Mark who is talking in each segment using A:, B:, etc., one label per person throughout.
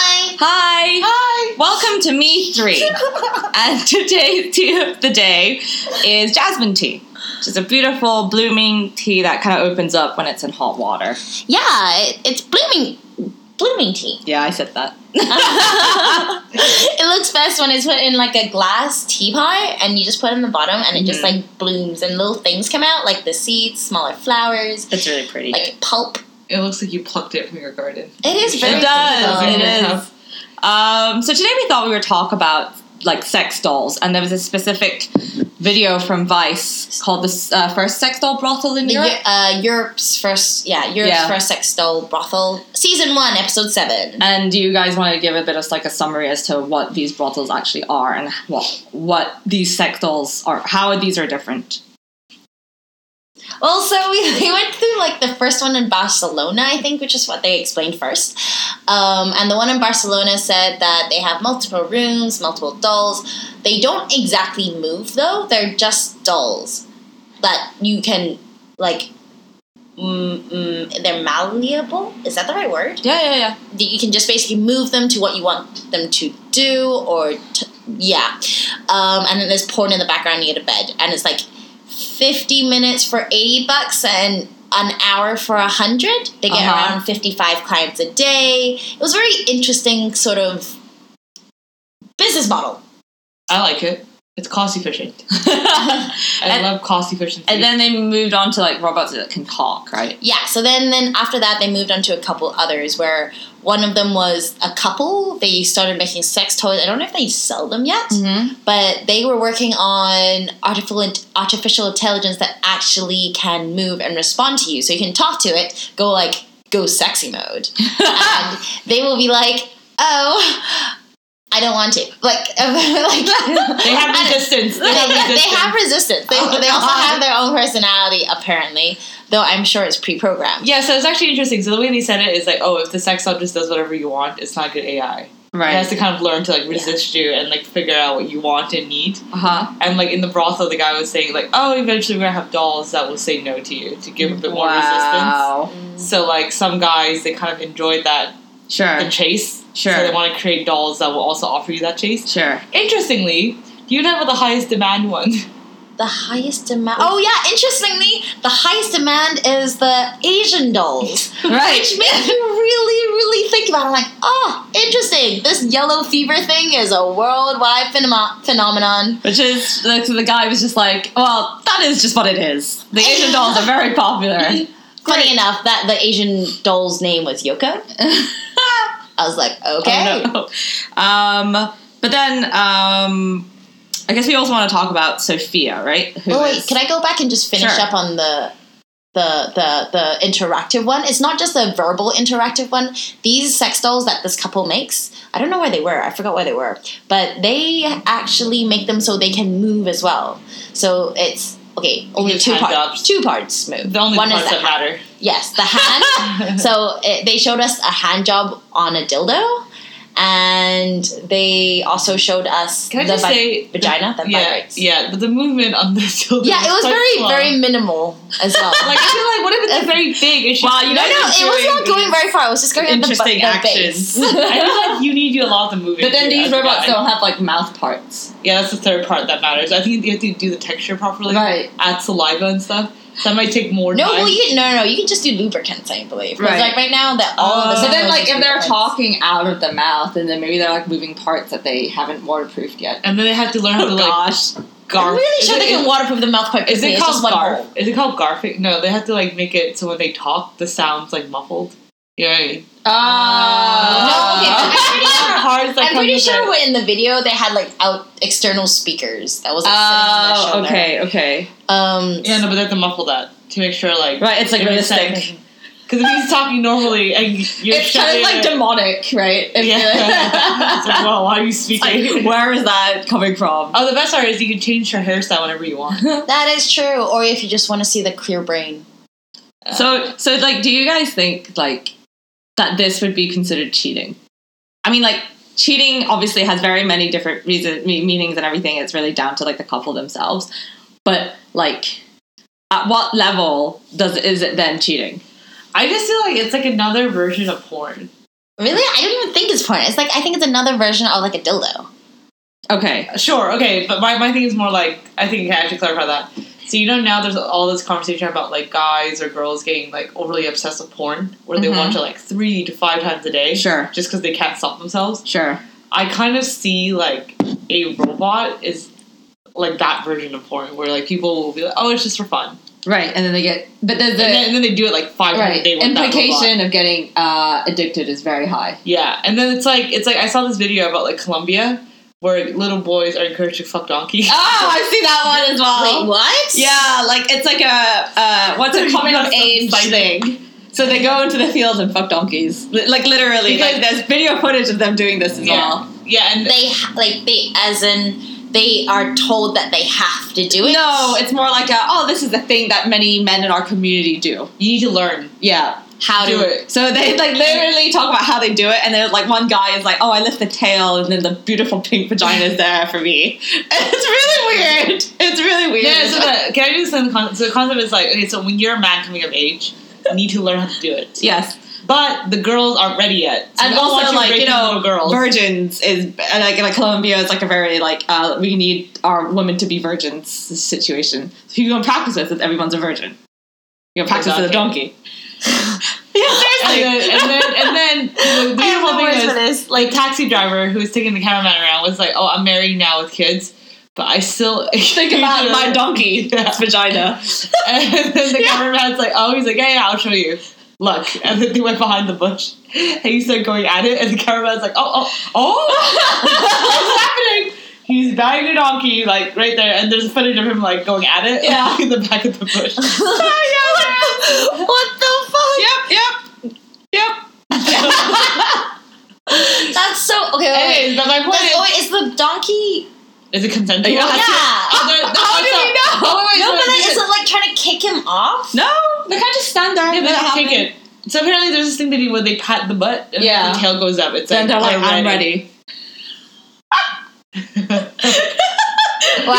A: Hi.
B: Hi.
A: Welcome to Me Three. and today's tea of the day is jasmine tea, which is a beautiful blooming tea that kind of opens up when it's in hot water.
B: yeah, it, it's blooming, blooming tea.
A: Yeah, I said that.
B: it looks best when it's put in like a glass teapot, and you just put it in the bottom, and it just
A: Mhm.
B: like blooms, and little things come out, like the seeds, smaller flowers,
A: It's really pretty.
B: like pulp.
C: It looks like you plucked it from your garden.
B: It is very
A: it does.
B: beautiful.
A: It
C: Yeah.
A: is. Um, so today we thought we would talk about like sex dolls, and there was a specific video from Vice called "The uh, First Sex Doll Brothel in
B: The Eu-
A: Europe."
B: uh, Europe's first, yeah, Europe's
A: Yeah.
B: first sex doll brothel, season one, episode seven.
A: And do you guys want to give a bit of like a summary as to what these brothels actually are and what what these sex dolls are? How these are different?
B: Well, so we, we went through like the first one in Barcelona, I think, which is what they explained first. Um, and the one in Barcelona said that they have multiple rooms, multiple dolls. They don't exactly move though; they're just dolls that you can like. Mm, mm, they're malleable. Is that the right word?
A: Yeah, yeah, yeah.
B: that you can just basically move them to what you want them to do or t- yeah um, and then there's porn in the background you get a bed and it's like 50 minutes for 80 bucks and an hour for 100 they get
A: Uh-huh.
B: around 55 clients a day it was a very interesting sort of business model
C: I like it. It's cost efficient. I
A: And-
C: love cost efficiency.
A: and then they moved on to like robots that can talk, right?
B: yeah so then then after that they moved on to a couple others where one of them was a couple they started making sex toys i don't know if they sell them yet
A: Mm-hmm.
B: but they were working on artificial artificial intelligence that actually can move and respond to you. So you can talk to it, go like go sexy mode, and they will be like, "Oh, I don't want to." Like, like
C: they have resistance. They have
B: yeah,
C: resistance.
B: they have resistance. They,
C: Oh,
B: they also
C: God.
B: have their own personality, apparently. Though I'm sure it's pre-programmed.
C: yeah, so it's actually interesting. So the way they said it is like, oh, if the sex doll just does whatever you want, it's not good AI.
A: Right.
C: It has to kind of learn to like resist you and like figure out what you want and need.
A: Uh huh.
C: And like in the brothel, the guy was saying like, oh, eventually we're gonna have dolls that will say no to you to give a bit more
A: wow.
C: resistance. So like some guys, they kind of enjoyed that the
A: Sure.
C: chase.
A: Sure.
C: So they want to create dolls that will also offer you that chase.
A: Sure.
C: Interestingly, you never the highest demand one.
B: The highest demand. Oh yeah, interestingly, the highest demand is the Asian dolls.
A: Right.
B: Which made me really, really think about it. I'm like, oh, interesting. This yellow fever thing is a worldwide phenoma- phenomenon.
A: Which is like the guy was just like, well, that is just what it is. The Asian dolls are very popular.
B: Funny enough, that the Asian doll's name was Yoko. I was like, okay.
A: Oh, no. Um, but then um, I guess we also want to talk about Sophia, right? Who
B: Oh, wait,
A: is-
B: can I go back and just finish
A: Sure.
B: up on the the the the interactive one? It's not just the verbal interactive one. These sex dolls that this couple makes, I don't know where they were. I forgot where they were, but they actually make them so they can move as well. So it's okay. Only
C: give
B: two
C: hand
B: parts.
C: jobs.
B: Two parts move.
C: The only
B: one
C: parts
B: is the
C: that
B: hand.
C: matter.
B: Yes, the hand. so it, they showed us a hand job on a dildo, and they also showed us
C: Can I
B: the
C: just
B: vi-
C: say
B: vagina that
C: yeah,
B: vibrates.
C: Yeah, but the movement on the children.
B: Yeah, it was
C: quite
B: very,
C: slow.
B: very minimal as well.
C: Like I feel like what if it's very big? It's
A: Wow, you
B: no,
A: know,
B: no, it was not going very far. It was just going at the, bu-
A: interesting
B: the
A: actions.
B: base.
C: I feel like you need to allow the movement.
A: but then
C: here.
A: these
C: I
A: robots
C: forgot.
A: don't have like mouth parts.
C: Yeah, that's the third part that matters. I think you have to do the texture properly.
A: Right.
C: Add saliva and stuff. So that might take more
B: no,
C: time.
B: well, you no, no, no, you can just do lubricants, I believe. 'Cause,
A: Right.
B: Like right now, that all of
C: Oh.
B: the
A: So then, like,
B: is
A: if they're
B: lubricants.
A: talking out of the mouth, and then maybe they're like moving parts that they haven't waterproofed yet.
C: and then they have to learn how to Oh, like
A: Oh, gosh.
C: garf.
B: Oh, I'm really
C: Is
B: sure
C: it-
B: they can waterproof the mouth quite
C: Is
B: quickly.
C: it
B: It's
C: called
B: just one
C: garf?
B: hole.
C: Is it called garfing? No, they have to like make it so when they talk, the sounds like muffled. You know what I mean?
B: No,
A: Ah.
B: okay, but I'm
C: Uh,
B: pretty sure-
C: Hard as that
B: I'm pretty
C: comes with
B: sure
C: it.
B: when in the video they had like out external speakers that was like,
A: Oh,
B: sitting on their shoulder.
A: okay, okay.
B: Um,
C: Yeah, no, but they have to muffle that to make sure, like,
A: Right, it's like
C: It makes
A: realistic.
C: because if he's talking normally and you're
A: It's kind of like
C: shouting-
A: demonic, right? If
C: yeah. it's like,
A: you're-
C: well, why are you speaking?
A: Like, where is that coming from?
C: oh, the best part is you can change your hairstyle whenever you want.
B: that is true. Or if you just want to see the clear brain.
A: So, so like, do you guys think like that this would be considered cheating? I mean, like, cheating obviously has very many different reasons, me- meanings, and everything. It's really down to like the couple themselves. But like, at what level does is it then cheating?
C: I just feel like it's like another version of porn.
B: Really? I don't even think it's porn. It's like I think it's another version of like a dildo.
A: Okay.
C: Sure, okay, but my, my thing is more like I think I should clarify that. So you know now there's all this conversation about like guys or girls getting like overly obsessed with porn, where they
A: Mhm.
C: watch it like three to five times a day,
A: Sure.
C: just because they can't stop themselves.
A: Sure.
C: I kind of see like a robot is like that version of porn, where like people will be like, oh, it's just for fun,
A: Right. And then they get, but the,
C: and, then,
A: the
C: and then they do it like five times a
A: right,
C: day. With That robot.
A: implication of getting uh, addicted is very high.
C: Yeah, and then it's like it's like I saw this video about like Colombia where little boys are encouraged to fuck donkeys.
A: Oh, I've seen that one as well.
B: Wait, what?
A: Uh-huh. Yeah, like it's like a uh, what's a coming of age thing. So they go into the fields and fuck donkeys, Li- like literally. Like
C: Because-
A: there's video footage of them doing this as
C: Yeah.
A: well.
C: Yeah, and
B: They ha- like they as in they are told that they have to do it.
A: No, it's more like a, oh, this is the thing that many men in our community do.
C: you need to learn
A: Yeah.
B: how
C: do
B: to
C: it.
A: So they like literally talk about how they do it, and then like one guy is like, "Oh, I lift the tail, and then the beautiful pink vagina is there for me." And it's really weird. It's really weird.
C: Yeah, so the, can I do this in the concept? So the concept is like, okay, so when you're a man coming of age, you need to learn how to do it.
A: yes,
C: But the girls aren't ready yet. So
A: and
C: don't want
A: also like you
C: raping
A: know,
C: little girls.
A: virgins is and, like like Colombia is like a very like uh, we need our women to be virgins situation. Who you gonna practice with if everyone's a virgin? You gonna practice with a donkey? yeah,
C: and
A: seriously.
C: then, and then, and then the
A: I have
C: beautiful
A: no words
C: thing
A: for
C: is,
A: this.
C: like, taxi driver who was taking the cameraman around was like, "Oh, I'm married now with kids, but I still
A: Think about my donkey vagina.
C: And then the cameraman's like, oh, he's like, yeah, yeah, I'll show you. Look. And then they went behind the bush. And he started going at it, and the cameraman's like, oh, oh, oh, what's happening? He's bagging a donkey, like, right there. And there's footage of him, like, going at it
A: Yeah.
C: in the back of the bush.
B: what the fuck?
A: Yep, yep, yep.
B: That's so okay. Wait, wait.
C: Anyways, but my point
B: That's-
C: is,
B: oh, wait, is the donkey?
C: is it consensual?
A: Yeah.
B: Yeah.
C: Oh, there- there-
A: How
C: also-
A: do we know?
C: Oh, wait,
B: No, but like,
C: wait,
B: is
C: so
B: it like trying to kick him off?
A: No, they can't just stand there.
C: they
A: Let
C: can
A: happen.
C: kick it. So apparently there's this thing they do where they pat the butt and
A: Yeah.
C: the tail goes up. It's
A: Then they're
C: like,
A: like, I'm
C: I'm
A: ready.
B: Wow,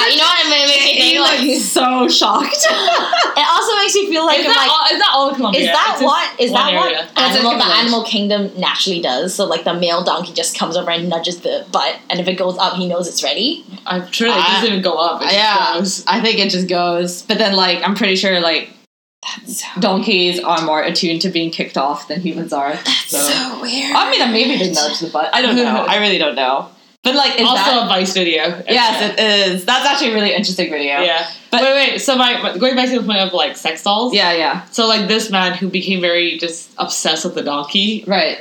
B: you know what it made- makes me
A: He
B: think? Like,
A: looks so shocked.
B: it also makes me feel like
C: It's
B: I'm
C: not,
B: like,
C: all, it's not all of Colombia.
B: is that
C: It's just
B: what is
C: one
B: that
C: area.
B: what
A: That's a
B: animal, the
A: privilege.
B: animal kingdom naturally does? So like the male donkey just comes over and nudges the butt, and if it goes up, he knows it's ready.
C: I'm sure it doesn't even go up. It
A: Uh, yeah,
C: just
A: I think it just goes. But then, like, I'm pretty sure, like, donkeys are more attuned to being kicked off than humans are. so.
B: weird.
A: I mean, maybe they nudge the butt. I don't know. I really don't know. But like, is
C: goes. Also
A: that?
C: a Vice video.
A: Yes, it is. That's actually a really interesting video.
C: Yeah. yeah.
A: But-
C: wait, wait. So my my- going back to the point of like sex dolls.
A: yeah, yeah.
C: So like this man who became very just obsessed with the donkey.
A: Right,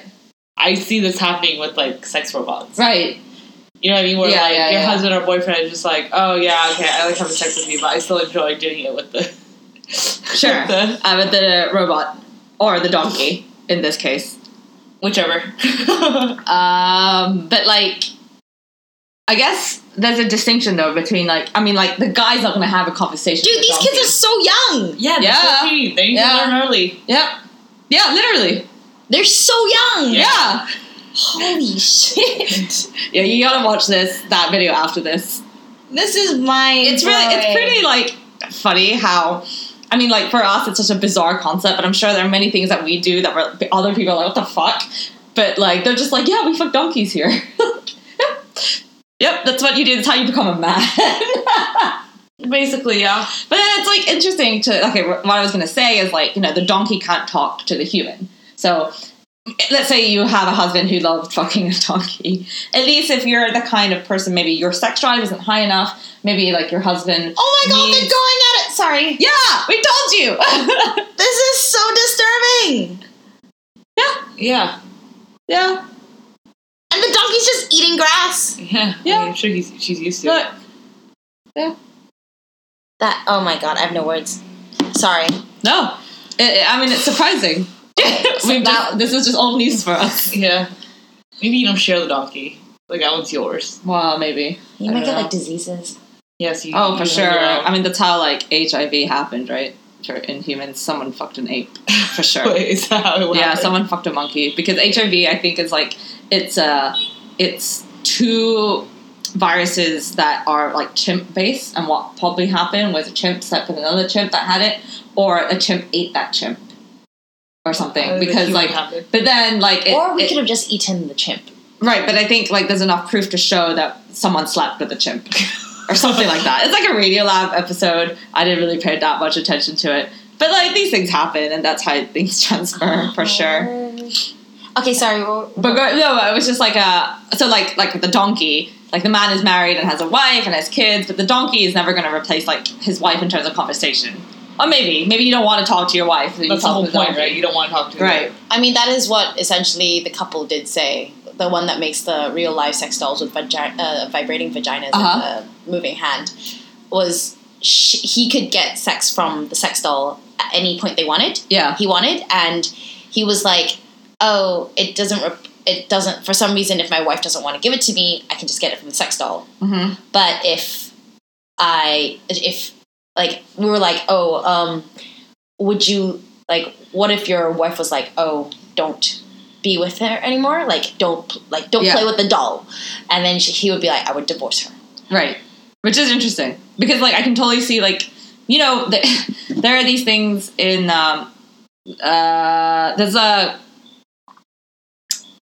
C: I see this happening with like sex robots.
A: right.
C: You know what I mean? Where
A: Yeah,
C: like
A: yeah,
C: your
A: yeah.
C: husband or boyfriend is just like, oh yeah, okay, I like having sex with you, but I still enjoy doing it with the.
A: Sure.
C: with the-
A: Uh, with the robot or the donkey in this case.
C: whichever.
A: Um, but like, I guess there's a distinction though between like, I mean, like the guy's not gonna have a conversation.
B: Dude,
A: with
B: these kids are so young.
C: yeah,
A: Yeah.
C: Uh, yeah. They need
A: Yeah.
C: to learn early.
A: are. Yep. Yeah, literally.
B: They're so young.
A: Yeah.
B: Holy shit.
A: Yeah, you gotta watch this that video after this.
B: this is my.
A: It's really, it's pretty like funny how. I mean, like for us, it's such a bizarre concept, but I'm sure there are many things that we do that we're, other people are like, "What the fuck?" But like, they're just like, "Yeah, we fuck donkeys here." yep, that's what you do. That's how you become a man.
C: Basically, yeah.
A: But then it's like interesting to okay. wh- What I was going to say is like you know the donkey can't talk to the human. So let's say you have a husband who loves fucking a donkey. At least if you're the kind of person, maybe your sex drive isn't high enough. Maybe like your husband.
B: Oh my god, they're
A: needs-
B: going at it. Sorry.
A: Yeah, we told you.
B: This is so disturbing.
A: yeah,
C: Yeah.
A: yeah,
B: And the donkey's just eating grass.
C: Yeah.
A: Yeah.
C: I'm sure he's, she's used to
A: look,
C: it.
B: That. Oh my god, I have no words. Sorry.
A: no. I- I mean, it's surprising.
B: that-
A: We've just, this is just old news for us.
C: Yeah. Maybe you don't share the donkey. Like that one's yours.
A: Well, maybe.
B: You
A: I
B: might
A: don't
B: get
A: know.
B: like diseases.
C: Yes. You,
A: Oh, for
C: you
A: sure.
C: have your own.
A: I mean, that's how like HIV happened, right? For in humans, someone fucked an ape. For sure.
C: Wait, is that how it
A: yeah,
C: happened?
A: someone fucked a monkey because HIV, I think, is like it's uh it's two viruses that are like chimp based, and what probably happened was a chimp slept with another chimp that had it, or a chimp ate that chimp. or something
C: Uh, the
A: because
C: human
A: like
C: habit.
A: but then like it,
B: or we
A: it-
B: could have just eaten the chimp.
A: right but i think like there's enough proof to show that someone slept with a chimp or something like that it's like a radiolab episode i didn't really pay that much attention to it but like these things happen and that's how things transfer
B: Oh.
A: for sure
B: Okay, sorry. well,
A: But go- no, it was just like a so like like the donkey. Like the man is married and has a wife and has kids, but the donkey is never going to replace like his wife in terms of conversation. Or maybe maybe you don't want to talk to your wife. so you
C: That's the
A: talk
C: whole
A: to the
C: point,
A: donkey.
C: right? You don't want to talk to them.
A: Right.
B: I mean, that is what essentially the couple did say. The one that makes the real life sex dolls with vagi- uh, vibrating vaginas
A: Uh-huh.
B: and a moving hand was sh- he could get sex from the sex doll at any point they wanted.
A: Yeah.
B: he wanted, and he was like, "Oh, it doesn't. Rep- it doesn't. For some reason, if my wife doesn't want to give it to me, I can just get it from the sex doll.
A: hmm
B: But if I, if like we were like, oh, um, would you like? What if your wife was like, oh, don't." Be with her anymore? Like don't like don't
A: Yeah.
B: play with the doll, and then she, he would be like, "I would divorce her."
A: Right. Which is interesting because like I can totally see like you know the, there are these things in um uh there's a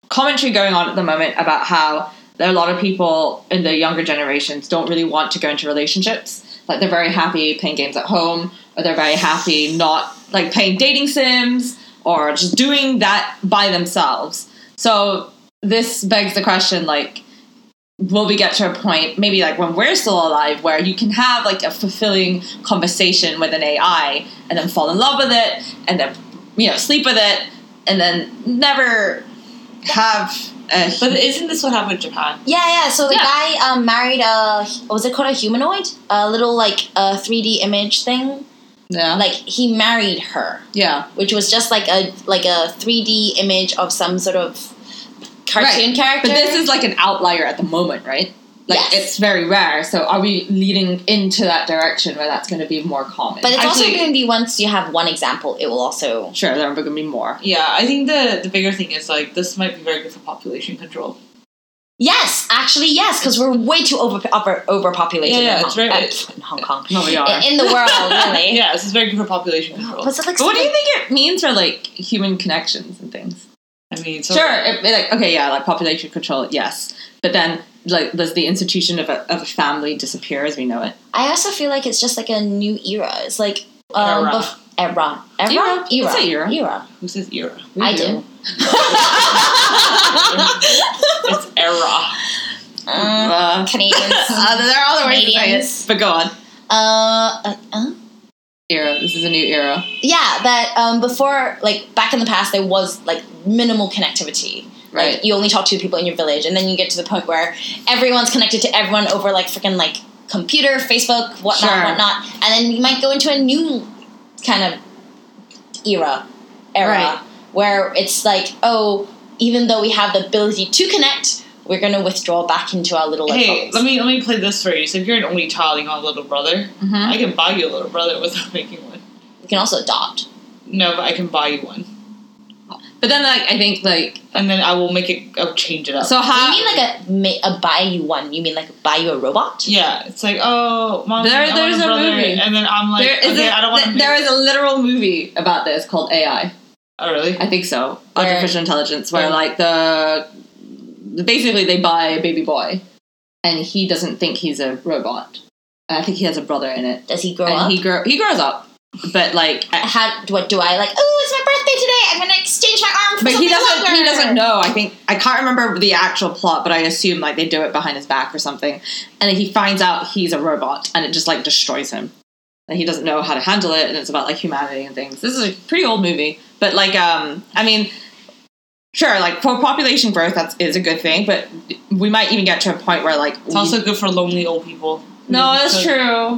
A: commentary going on at the moment about how there are a lot of people in the younger generations don't really want to go into relationships like they're very happy playing games at home or they're very happy not like playing dating sims or just doing that by themselves so this begs the question like will we get to a point maybe like when we're still alive where you can have like a fulfilling conversation with an ai and then fall in love with it and then you know sleep with it and then never have a
C: But isn't this what happened in Japan?
B: Yeah, yeah. So the
A: Yeah.
B: guy um, married a was it called a humanoid? A little like a three D image thing.
A: yeah
B: Like he married her,
A: yeah
B: which was just like a like a three D image of some sort of cartoon
A: Right.
B: character.
A: but this is like an outlier at the moment right like
B: Yes.
A: it's very rare so are we leading into that direction where that's going to be more common
B: But it's also
C: actually-
B: going to be once you have one example, it will also.
A: sure there are going to be more
C: Yeah, I think the the bigger thing is like this might be very good for population control.
B: Yes, actually, yes, because we're way too over, over overpopulated
C: Yeah, yeah,
B: in,
C: it's
B: Hong,
C: very-
B: uh, in Hong Kong,
A: no we are
B: in, in the world, really.
C: Yeah, this is very good for population control.
B: But so, like,
A: but what do you think it means for like human connections and things
C: I mean, so
A: sure, it, it, like okay, yeah, like population control, yes, but then like does the institution of a, of a family disappear as we know it?
B: I also feel like it's just like a new era. It's like um,
C: Era.
B: bef- era, era,
A: Era. It's a era.
B: era.
C: who says era?
B: I do.
C: It's era.
B: Uh,
A: Uh,
B: Canadians.
A: uh, there are other ways to say it,
B: Canadians.
A: but go on.
B: Uh, uh, uh?
A: Era. This is a new era.
B: Yeah, that um, before, like back in the past, there was like minimal connectivity. Like,
A: Right.
B: you only talk to people in your village, and then you get to the point where everyone's connected to everyone over like freaking like computer, Facebook, whatnot,
A: Sure.
B: whatnot, and then you might go into a new kind of era, era
A: Right.
B: where it's like, oh, even though we have the ability to connect, we're gonna withdraw back into our little like
C: Hey,
B: bubbles.
C: let me let me play this for you. So if you're an only child, and you want a little brother.
A: Mm-hmm.
C: I can buy you a little brother without making one.
B: you can also adopt.
C: No, but I can buy you one,
A: But then, like, I think like
C: and then I will make it. I'll change it up.
A: so how
B: you mean like a ma- a buy you one? You mean like buy you a robot?
C: yeah, it's like oh, mom,
A: There-
C: I want
A: there's a
C: brother,
A: movie.
C: and then I'm like,
A: there is
C: okay,
A: a-
C: I don't want to.
A: th- there is a literal movie about this called AI.
C: Oh really?
A: I think so.
B: Where-
A: Artificial intelligence, where
B: Yeah.
A: like the basically they buy a baby boy, and he doesn't think he's a robot. I think he has a brother in it,
B: Does he grow
A: and
B: up?
A: he grow he grows up, but like, I-
B: How what do I like? Oh, it's my birthday today. I'm gonna exchange my arm. For
A: but he
B: something
A: doesn't
B: longer.
A: he doesn't know. I think I can't remember the actual plot, but I assume like they do it behind his back or something, and he finds out he's a robot, and it just like destroys him. And he doesn't know how to handle it, and it's about like humanity and things. This is a pretty old movie, but like, um, I mean, sure, like for population growth, that is a good thing, but we might even get to a point where like
C: It's
A: we-
C: also good for lonely old people.
A: no, that's
C: So-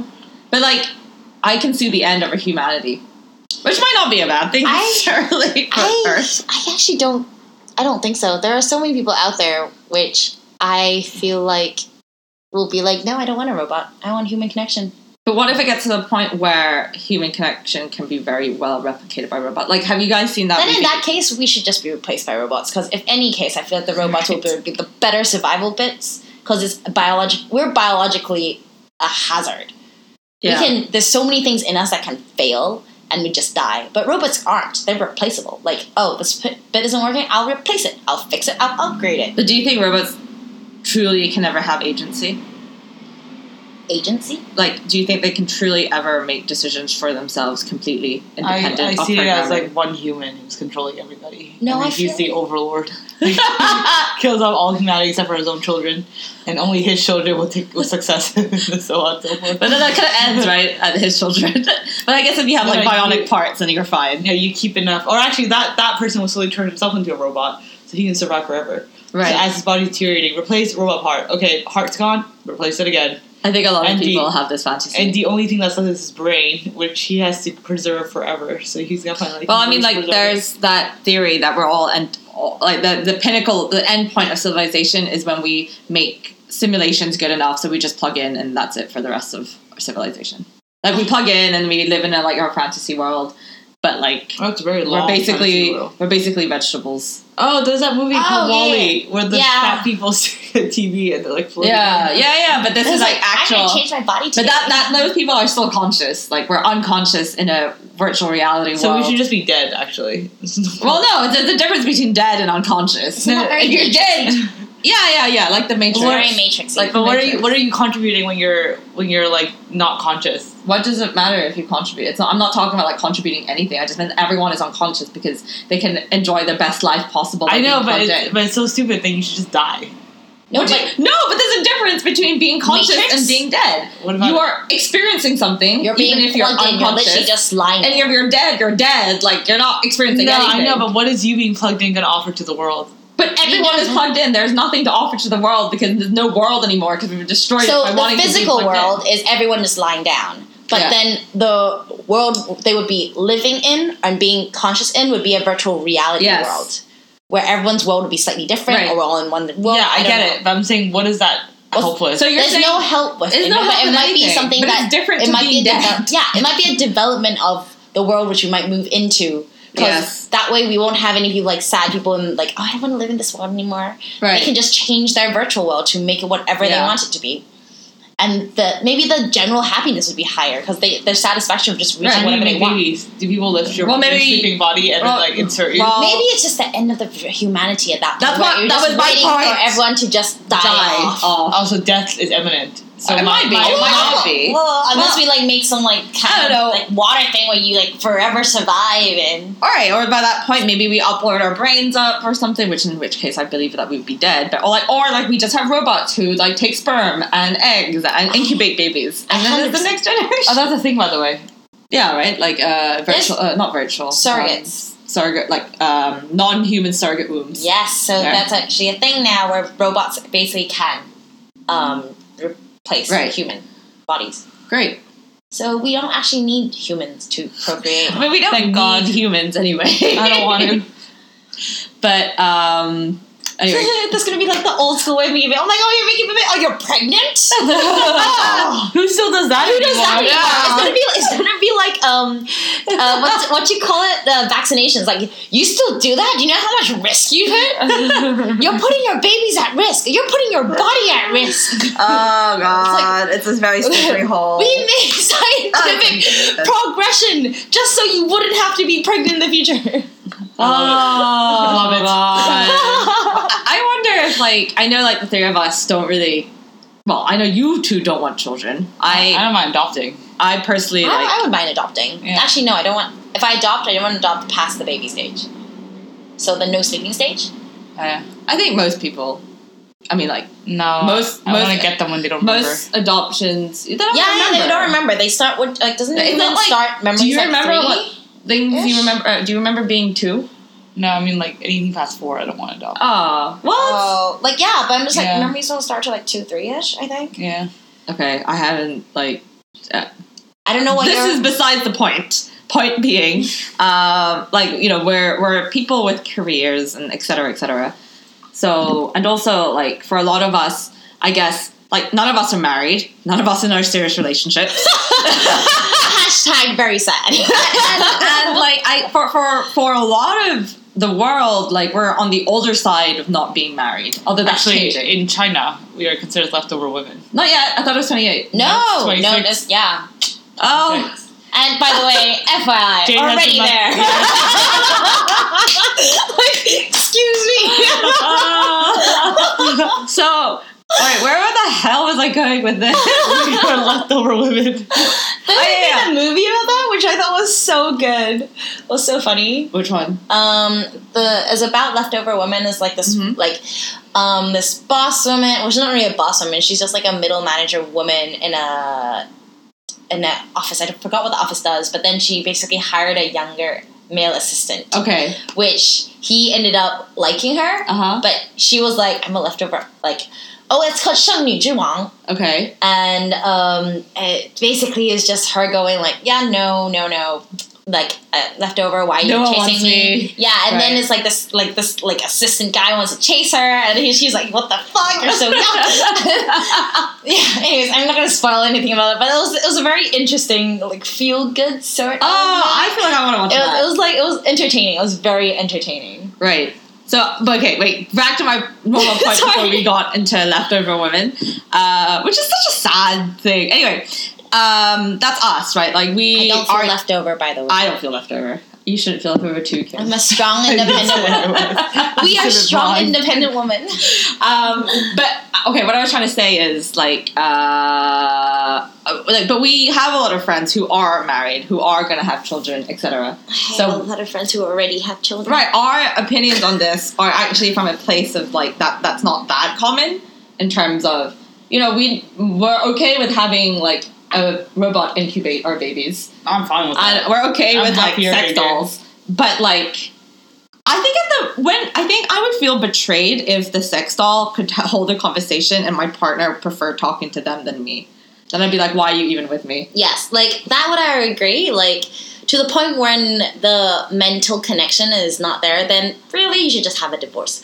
A: true, but like I can see the end of humanity, which might not be a bad thing,
B: I-
A: surely. for
B: I,
A: Earth.
B: I actually don't. I don't think so. There are so many people out there which I feel like will be like, no, I don't want a robot. I want human connection.
A: But what if it gets to the point where human connection can be very well replicated by robot? Like, have you guys seen that?
B: then in
A: movie?
B: that case, we should just be replaced by robots. Because if any case, I feel like the robots will be, be the better survival bits. Because it's biologic. We're biologically a hazard.
A: yeah.
B: We can. There's so many things in us that can fail and we just die. But robots aren't. They're replaceable. Like, oh, this bit isn't working. I'll replace it. I'll fix it. I'll upgrade it.
A: But do you think robots truly can ever have agency?
B: Agency.
A: Like, do you think they can truly ever make decisions for themselves completely independent
C: I, I
A: of
C: see it as
A: programming?
C: like one human who's controlling everybody.
B: No,
C: and
B: I
C: like, he's
B: feel-
C: the overlord. Kills off all humanity except for his own children, and only his children will take with success. so on and so forth.
A: But then that kind of ends, right, at his children. but I guess if you have like
C: But I-
A: bionic parts, then you're fine,
C: Yeah, you keep enough. Or actually, that that person will slowly turn himself into a robot, so he can survive forever.
A: right?
C: So as his body's deteriorating, replace robot part. Okay, heart's gone. Replace it again.
A: I think a lot of
C: And
A: people
C: the-
A: have this fantasy.
C: And the only thing that's left is his brain, which he has to preserve forever. So he's gonna find like.
A: well, I mean,
C: he's
A: like
C: preserved.
A: there's that theory that we're all and like the the pinnacle, the end point of civilization is when we make simulations good enough, so we just plug in and that's it for the rest of our civilization. Like we plug in and we live in a, like our fantasy world, but like
C: Oh, it's very long.
A: we're basically
C: fantasy world.
A: we're basically vegetables.
C: Oh, there's that movie
B: Oh,
C: called
B: yeah,
C: Wally, where the
B: Yeah.
C: fat people see the TV and they're like floating.
A: Yeah, yeah, yeah. But this
B: It's
A: is like actual.
B: I'm gonna change my body.
A: But
B: Today.
A: that, that those people are still conscious. Like we're unconscious in a virtual reality
C: So
A: world.
C: we should just be dead, actually.
A: well, no, there's a difference between dead and unconscious.
B: It's not very
A: You're dead.
B: matrixy.
A: Yeah, yeah, yeah. Like the
B: It's
A: Matrix.
B: very matrixy.
C: like, but what are you? What are you contributing when you're when you're like not conscious?
A: What does it matter if you contribute? It's not. I'm not talking about like contributing anything. I just meant everyone is unconscious because they can enjoy their best life possible. by
C: I know,
A: being
C: but
A: plugged
C: it's,
A: in.
C: but it's so stupid that you should just die.
B: no,
A: Which-
B: but
A: no, but there's a difference between being conscious
B: Matrix?
A: and being dead.
C: What about
A: You are experiencing something,
B: you're being
A: even if you're
B: plugged in. You're
A: unconscious.
B: literally just lying.
A: and if you're dead, you're dead. Like you're not experiencing
C: no?
A: anything.
C: I know, but what is you being plugged in gonna offer to the world?
A: But everyone is
B: know-
A: plugged in. There's nothing to offer to the world because there's no world anymore because we've destroyed it by
B: so the
A: wanting
B: physical
A: to be plugged in.
B: world is everyone just lying down. But
A: Yeah.
B: then the world they would be living in and being conscious in would be a virtual reality
A: Yes.
B: world. Where everyone's world would be slightly different
A: Right.
B: or we're all in one world.
C: yeah, I,
B: don't
C: get
B: know.
C: it, but I'm saying, what is that
B: Well,
C: helpful?
A: So you're
B: There's
A: saying
B: no help with
A: There's
B: it.
A: no
B: but
A: help
B: it
A: with
B: might be
A: anything,
B: something
A: but it's
B: that
A: different
B: it
A: to
B: might
A: being
B: be a
A: dead.
B: devel- yeah, it might be a development of the world which we might move into. Because
A: Yes.
B: that way we won't have any of you like sad people and like, oh, I don't want to live in this world anymore.
A: right.
B: They can just change their virtual world to make it whatever they
A: Yeah.
B: want it to be. And the maybe the general happiness would be higher because they their satisfaction of just reaching
A: Right.
C: When you
B: whatever they
C: make
B: want.
C: babies, do people lift your
A: Well, maybe-
C: sleeping body and
A: well,
C: then like insert you?
A: well,
B: Maybe it's just the end of the humanity at that point.
A: That's
B: where
A: what-
B: you're
A: that
B: just
A: was my
B: waiting
A: point.
B: for everyone to just die,
A: die
B: off.
A: off.
C: also, death is imminent. So
A: It
C: my-
A: might be.
C: my-
B: Oh,
A: It might
C: my-
A: not be.
B: Well, unless
A: Well,
B: we like make some like kind
A: I don't
B: of
A: know.
B: like water thing where you like forever survive and
A: All right, or by that point, maybe we upload our brains up or something, which in which case I believe that we would be dead. But or like, or like we just have robots who like take sperm and eggs and incubate babies, and then there's the next generation.
C: Oh, that's a thing, by the way.
A: yeah, right. Like uh,
B: There's
A: virtual, uh, not virtual
B: surrogates.
A: um, surrogate like um, non-human surrogate wombs.
B: Yes, so
A: Yeah.
B: that's actually a thing now where robots basically can um, replace
A: Right.
B: human bodies.
A: great.
B: So we don't actually need humans to procreate.
A: I mean, we don't
C: Thank
A: need
C: God.
A: humans anyway.
C: I don't want to.
A: But um, anyway,
B: that's gonna be like the old school way of me. Oh my god, you're making me. Oh, you're pregnant.
C: Who still does that?
B: Who does that?
C: anymore?
B: anymore?
A: Yeah.
B: It's gonna be. It's gonna be like um, uh, what's, what you call it? The vaccinations. Like you still do that? Do you know how much risk you put? You're putting your babies at risk. You're putting your body at risk.
A: oh
B: God,
A: it's this very
B: slippery
A: hole.
B: We made scientific progression just so you wouldn't have to be pregnant in the future.
A: oh, love
C: it.
A: I wonder if, like, I know, like, the three of us don't really. Well, I know you two don't want children.
C: I
A: I,
C: don't mind adopting.
A: I personally
B: I,
A: like.
B: I would mind adopting.
C: Yeah.
B: Actually, no, I don't want. If I adopt, I don't want to adopt past the baby stage. So the no sleeping stage.
C: Uh,
A: I think most people. I mean, like
C: no,
A: Most-
C: I want
A: most-
C: to get them when they don't
A: most adoptions. They don't
B: yeah,
A: remember.
B: yeah, they don't remember. They start with like doesn't
A: It's
B: it
A: not like-
B: start memories
A: Do you
B: at
A: remember
B: three?
A: what things
B: Ish.
A: you remember? Uh, do you remember being two?
C: remember. No, I mean like anything past four, I don't want to adopt.
A: Oh, what?
B: Oh, like yeah, but I'm just like
C: Yeah.
B: memories don't start to like two, three ish. I think.
C: Yeah,
A: Okay, I haven't like.
B: I don't know what
A: this
B: your
A: is besides the point. Point being, um, like you know, we're we're people with careers and et cetera, et cetera. So and also like for a lot of us, I guess like none of us are married, none of us in our serious relationships,
B: hashtag very sad.
A: and, and like I for for for a lot of the world, like we're on the older side of not being married. Although that's
C: actually,
A: changing.
C: in China, we are considered leftover women.
A: not yet. I thought it was twenty eight.
B: no, no,
C: 26.
B: this, yeah.
A: Oh,
C: Six.
B: And by the way, FYI,
C: Jane has
B: already
C: a mouth-
B: there. like, excuse me.
A: Uh, so, wait, where the hell was I going with this?
C: we are leftover women.
B: There
A: Oh,
B: was
A: yeah,
B: a movie about that, which I thought was so good, was so funny.
A: Which one?
B: Um, the is about leftover women is like this
A: Mhm.
B: like, um, this boss woman. Well, she's not really a boss woman. She's just like a middle manager woman in a in an office. I forgot what the office does, but then she basically hired a younger male assistant,
A: Okay.
B: which he ended up liking her.
A: Uh
B: But she was like, I'm a leftover. Like, oh, it's called Sheng Ni Wang.
A: huh. Okay.
B: And um, it basically is just her going like, yeah, no, no, no. Like uh, leftover, why are you
A: No one
B: chasing
A: wants me.
B: Yeah, and then
A: Right.
B: it's like this, like this, like assistant guy wants to chase her, and he, she's like, "What the fuck? You're so young." yeah. Anyways, I'm not gonna spoil anything about it, but it was it was a very interesting, like feel good sort. of-
A: Oh, I feel like I want to watch
B: it
A: that.
B: was, it was like it was entertaining. It was very entertaining.
A: Right. So, but okay, wait. Back to my normal point
B: Sorry.
A: before we got into leftover women, uh, which is such a sad thing. Anyway, um, that's us, right? Like
B: I
A: we
B: don't feel
A: are.
B: left over, by the way.
A: I don't feel leftover. You shouldn't feel leftover too, Kim.
B: I'm a strong, independent woman. We are strong, independent women.
A: um, but okay, what I was trying to say is like, uh, like, but we have a lot of friends who are married, who are going to have children, etc.
B: I
A: So
B: have a lot of friends who already have children.
A: Right, our opinions on this are actually from a place of like that that's not that common in terms of you know, we we're okay with having like a robot incubate our babies.
C: I'm fine with that.
A: And we're okay
C: I'm
A: with like
C: happier
A: sex
C: right
A: dolls. But like I think at the when I think I would feel betrayed if the sex doll could h- hold a conversation and my partner preferred talking to them than me. Then I'd be like, why are you even with me?
B: Yes, like that would I agree. Like to the point when the mental connection is not there, then really you should just have a divorce.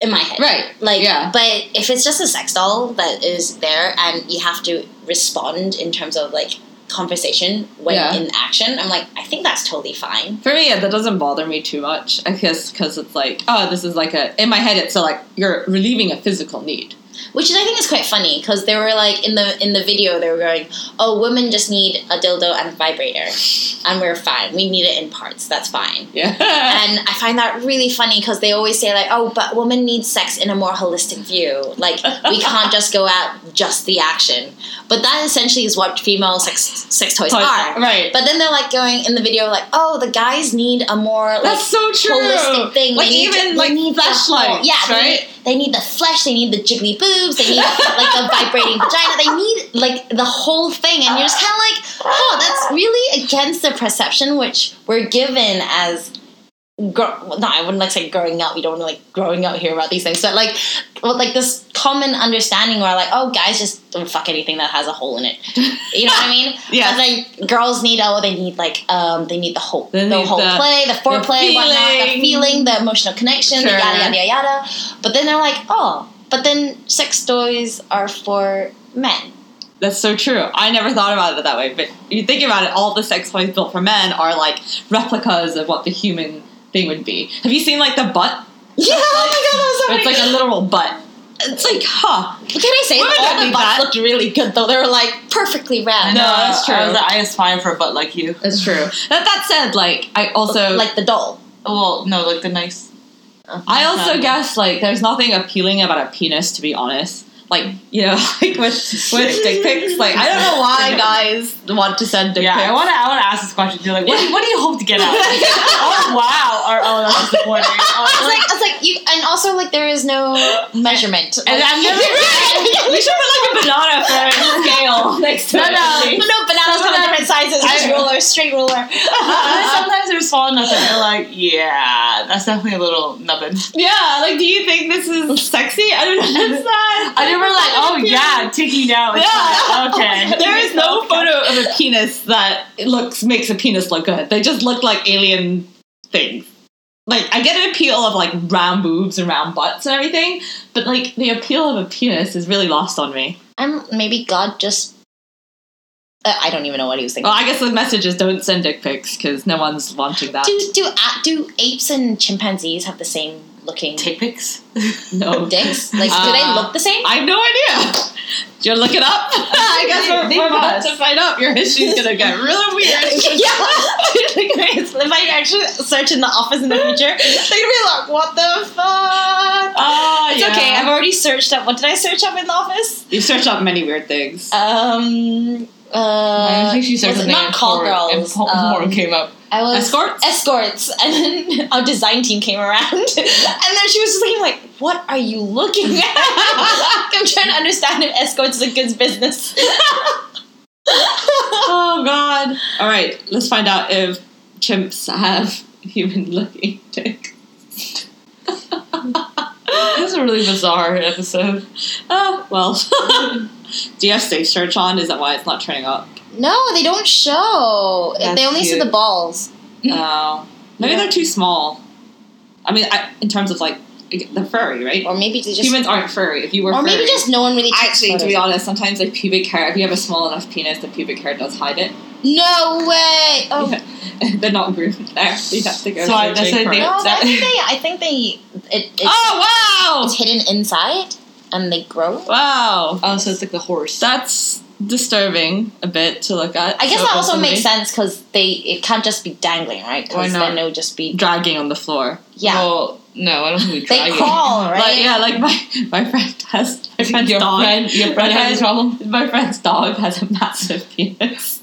B: In my head.
A: Right.
B: Like
A: Yeah.
B: but if it's just a sex doll that is there and you have to respond in terms of like conversation when
A: Yeah.
B: in action, I'm like, I think that's totally fine.
A: For me, yeah, that doesn't bother me too much. I guess because it's like, oh, this is like a. In my head, it's a, like you're relieving a physical need.
B: which is, I think is quite funny because they were like in the in the video they were going, oh, women just need a dildo and a vibrator, and we're fine. We need it in parts. That's fine.
A: Yeah.
B: And I find that really funny because they always say like, oh, but women need sex in a more holistic view. Like we can't just go out just the action. But that essentially is what female sex sex toys,
A: Toys
B: are.
A: are, right.
B: But then they're like going in the video like, oh, the guys need a more like
A: That's so true.
B: holistic thing.
A: Like
B: They need
A: even
B: to- they
A: like
B: need the whole-
A: flashlights,
B: yeah, they
A: right?
B: need- They need, the flesh. They need the jiggly boobs. They need like the vibrating vagina. They need like the whole thing. And you're just kind of like, oh, that's really against the perception which we're given as. Gr- well, no, I wouldn't like say growing up. We don't like growing up here about these things, but like, well, like this common understanding where like, oh, guys just don't fuck anything that has a hole in it. You know what I mean?
A: Yes.
B: But then girls need oh, they need like um, they need the whole
A: They
B: the
A: need
B: whole
A: the-
B: play, the foreplay, whatnot, the
A: feeling.
B: feeling, the emotional connection, the
A: Sure.
B: yada yada yada. But then they're like, oh, but then sex toys are for men.
A: That's so true. I never thought about it that way, but you think about it, all the sex toys built for men are like replicas of what the human thing would be. Have you seen like the butt?
B: Yeah, oh
A: It's like a literal butt. It's like, huh?
B: Can I say
A: Women
B: that
A: don't
B: all the
A: need
B: butts
A: that.
B: looked really good though? They were like perfectly round,
A: No, that's true.
C: I, was like, I aspire for a butt like you.
A: That's true. That, that said, like uh, I also
B: like the doll.
C: Well, no, like the nice.
A: I also
C: Um,
A: guess like there's nothing appealing about a penis to be honest. Like you know, like with with dick pics. Like I don't know why guys want to send dick
C: yeah, I
A: pics.
C: want to. I want to ask this question. You're like, what, do you- what do you hope to get out? of it?
A: yeah.
C: oh wow! Or oh, that's disappointing.
B: It's
C: Oh,
B: like it's like you, and also like there is no measurement. Like-
C: And I've never-
A: We should put like a banana for a scale next to
C: No,
A: it.
B: no,
C: no.
B: no, bananas come in different sizes.
C: I-
B: Just ruler, straight ruler.
C: Oh, sometimes they're small enough that you're like, yeah, that's definitely a little nubbin.
A: Yeah, like do you think this is sexy? I don't know. It's not.
C: I never like, oh yeah, ticking down. It's
A: Yeah.
C: like, okay.
A: There is no photo of a penis that looks makes a penis look good. They just look like alien things. Like I get an appeal of like round boobs and round butts and everything, but like the appeal of a penis is really lost on me.
B: I'm maybe God just. Uh, I don't even know what he was thinking.
A: Well, I guess the message is don't send dick pics because no one's wanting that.
B: do do uh, do apes and chimpanzees have the same looking
C: Tick pics.
A: No,
B: dicks? Like, do they
A: Uh,
B: look the same?
A: I have no idea. You'll look it up. I guess
C: They-
A: we're,
C: they
A: we're about
C: must.
A: to find out. Your history's gonna get really weird.
B: if I actually search in the office in the future, they're gonna be like, "What the fuck?"
A: Oh,
B: it's
A: yeah.
B: okay. I've already searched up. What did I search up in the office?
A: You've searched up many weird things.
C: Uh,
B: Um, uh,
C: I think she said
B: was it
C: something
B: not
C: and
B: call
C: porn- And
B: girls.
C: po- porn
B: um,
C: came up.
B: I was
A: Escorts?
B: escorts, and then our design team came around, and then she was just looking like, "What are you looking at?" I'm trying to understand if escorts is a good business.
A: oh god. All right, let's find out if chimps have human-looking dicks.
C: This is a really bizarre episode.
A: Oh well. Do you have safe search on? Is that why it's not turning up?
B: no, they don't show.
C: That's
B: they only see
C: cute.
B: the balls.
A: No. Uh, Maybe
C: Yeah.
A: they're too small. I mean, I, in terms of like the furry, right?
B: Or maybe they just
A: Humans aren't furry. If you were
B: or maybe
A: furry-
B: just no one really takes
A: actually, to
B: photos.
A: be honest, sometimes like pubic hair. If you have a small enough penis, the pubic hair does hide it.
B: No way. Oh
A: they're not groomed there. You have to go.
C: So I-
A: searching
C: that's why
A: for
C: they-
A: it.
B: no,
C: That-
B: I think they I think they it, it's,
A: Oh
B: it's Uh, hidden inside and they grow.
A: wow! Wow.
C: Oh, so it's like the horse.
A: That's disturbing a bit to look at.
B: I guess
A: So
B: that also
A: possibly
B: makes sense because they it can't just be dangling, right?
C: Why
B: Because
C: not?
B: then it would just be
A: Dragging on the floor.
B: yeah.
C: Well, no, I don't think we
B: they
C: drag it.
B: crawl, right?
A: Like yeah, like my my friend has my friend's
C: Your
A: dog.
C: friend, your friend has a problem.
A: My friend's dog has a massive penis.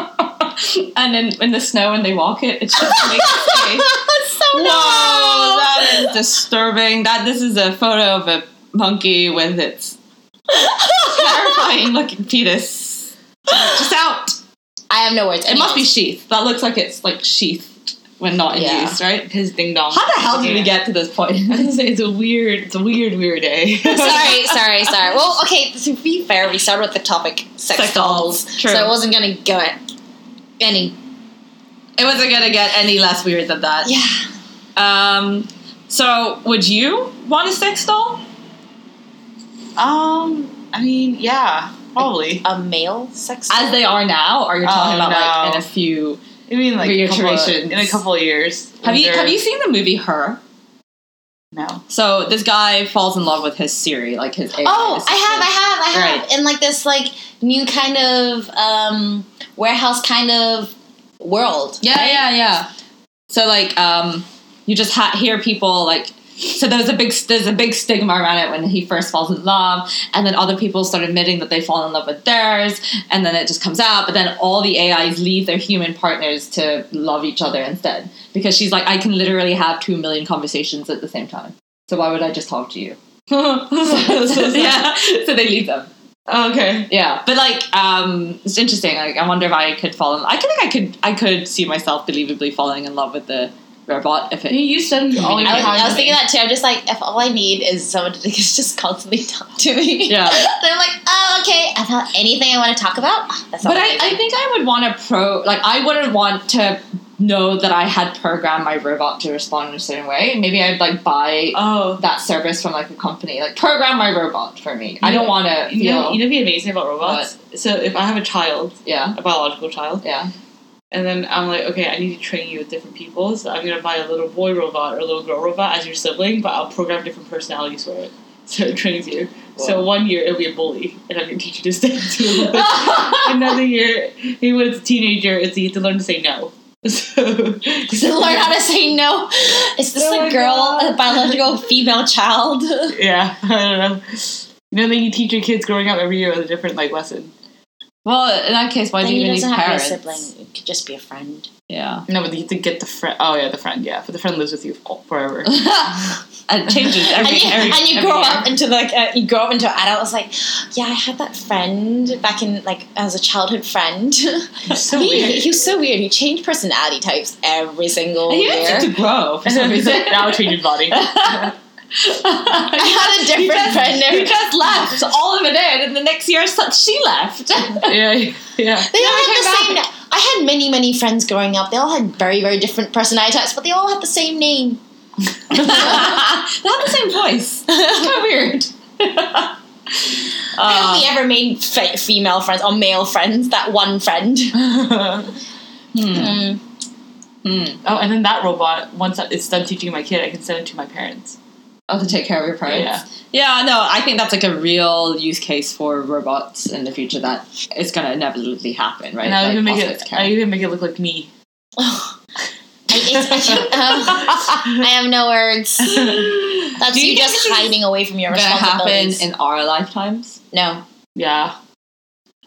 A: and in, in the snow when they walk it, it just makes me.
B: That's so
A: Whoa, that is disturbing. That this is a photo of a monkey with its terrifying looking penis. Just out.
B: I have no words.
A: It must be
B: Anyways.
A: sheath. That looks like it's like sheathed when not in
B: Yeah.
A: use, right?
C: His ding dong.
A: How the hell did we get to this point?
C: I was gonna say it's a weird, it's a weird, weird day.
B: sorry, sorry, sorry. Well, okay. To be fair, we started with the topic sex,
A: Sex
B: dolls,
A: dolls, true.
B: so it wasn't gonna go any.
A: It wasn't gonna get any less weird than that.
B: Yeah,
A: Um, so would you want a sex doll?
C: Um, I mean, yeah, probably.
B: a male sex doll.
A: As they are now, or you're talking
C: Oh,
A: about like in
C: no.
A: a few?
C: I mean, like a couple of,
A: Reiterations.
C: in a couple of years.
A: Have you
C: They're-
A: have you seen the movie Her?
C: No.
A: So this guy falls in love with his Siri, like his. AI
B: Oh, I
A: assistant.
B: have, I have, I have.
A: Right.
B: In like this like new kind of um warehouse kind of world.
A: Yeah, yeah, yeah. So like, um, you just ha- hear people like. So there's a big there's a big stigma around it when he first falls in love, and then other people start admitting that they fall in love with theirs, and then it just comes out. But then all the AIs leave their human partners to love each other instead, because she's like, I can literally have two million conversations at the same time. So why would I just talk to you?
C: So sad.
A: yeah. So they leave them.
C: Oh, Okay.
A: Yeah, but like, um, it's interesting. Like, I wonder if I could fall in. I think I could. I could see myself believably falling in love with the robot if it.
C: You spend all your
B: I was,
C: time.
B: I was thinking that too. I'm just like, if all I need is someone to just constantly talk to me.
A: Yeah.
B: They're like, oh, okay. I thought anything I want to talk about. Ah, That's all
A: But I, I
B: amazing.
A: think I would want to pro. Like, I wouldn't want to know that I had programmed my robot to respond in a certain way. Maybe I'd like buy
C: Oh.
A: that service from like a company. Like, program my robot for me. I don't
C: Yeah.
A: want to
C: You know,
A: feel.
C: you know, what'd be amazing about robots. So if I have a child,
A: Yeah.
C: a biological child,
A: Yeah.
C: and then I'm like, okay, I need to train you with different people, so I'm gonna buy a little boy robot or a little girl robot as your sibling, but I'll program different personalities for it, so it trains you. So one year it'll be a bully, and I'm gonna teach you to stay to a little bit. Another year, he was a teenager, it's you have to learn to say no. So
B: to learn how to say no. Is this
C: Oh my
B: a girl,
C: God.
B: a biological female child?
C: Yeah, I don't know. You know, then you teach your kids growing up every year with a different like lesson.
A: Well, in that case, why
B: then
A: do you
B: he
A: even need
B: doesn't have
A: parents?
B: to be a sibling. It could just be a friend.
A: Yeah,
C: No, but you have to get the friend. Oh yeah, the friend. Yeah, but the friend lives with you all- forever.
A: it changes every.
B: and you,
A: every-
B: and you
A: every
B: grow
A: year.
B: up into like uh, you grow up into an adult. It's like, yeah, I had that friend back in like as a childhood friend.
C: so
B: he,
C: weird.
B: he was so weird. He changed personality types every single
A: And you
B: year.
A: didn't seem to grow for some reason.
C: now I'll change your body.
B: I had a different friend
A: You
B: every.
A: just left all of it in, and the next year so- she left.
C: yeah, yeah.
B: They all
A: never
B: had the
A: came
B: same. I had many, many friends growing up. They all had very, very different personality types, but they all had the same name.
A: they have the same voice. It's kind of weird.
B: I only
A: Uh,
B: ever made fe- female friends or male friends. That one friend.
C: oh,
A: hmm,
B: Mm.
A: hmm.
C: and then that robot. Once it's done teaching my kid, I can send it to my parents.
A: Oh, to take care of your parents. Yeah. no, I think that's like a real use case for robots in the future that it's going to inevitably happen, right?
C: And I
A: Like,
C: even make
A: Oscar's
C: it.
A: care.
C: I even make it look like me.
B: It's- it's- um, I have no words. That's
A: Do
B: you,
A: you think
B: just
A: this is
B: hiding away from your
A: gonna happen
B: responsibilities.
A: in our lifetimes.
B: no.
C: yeah.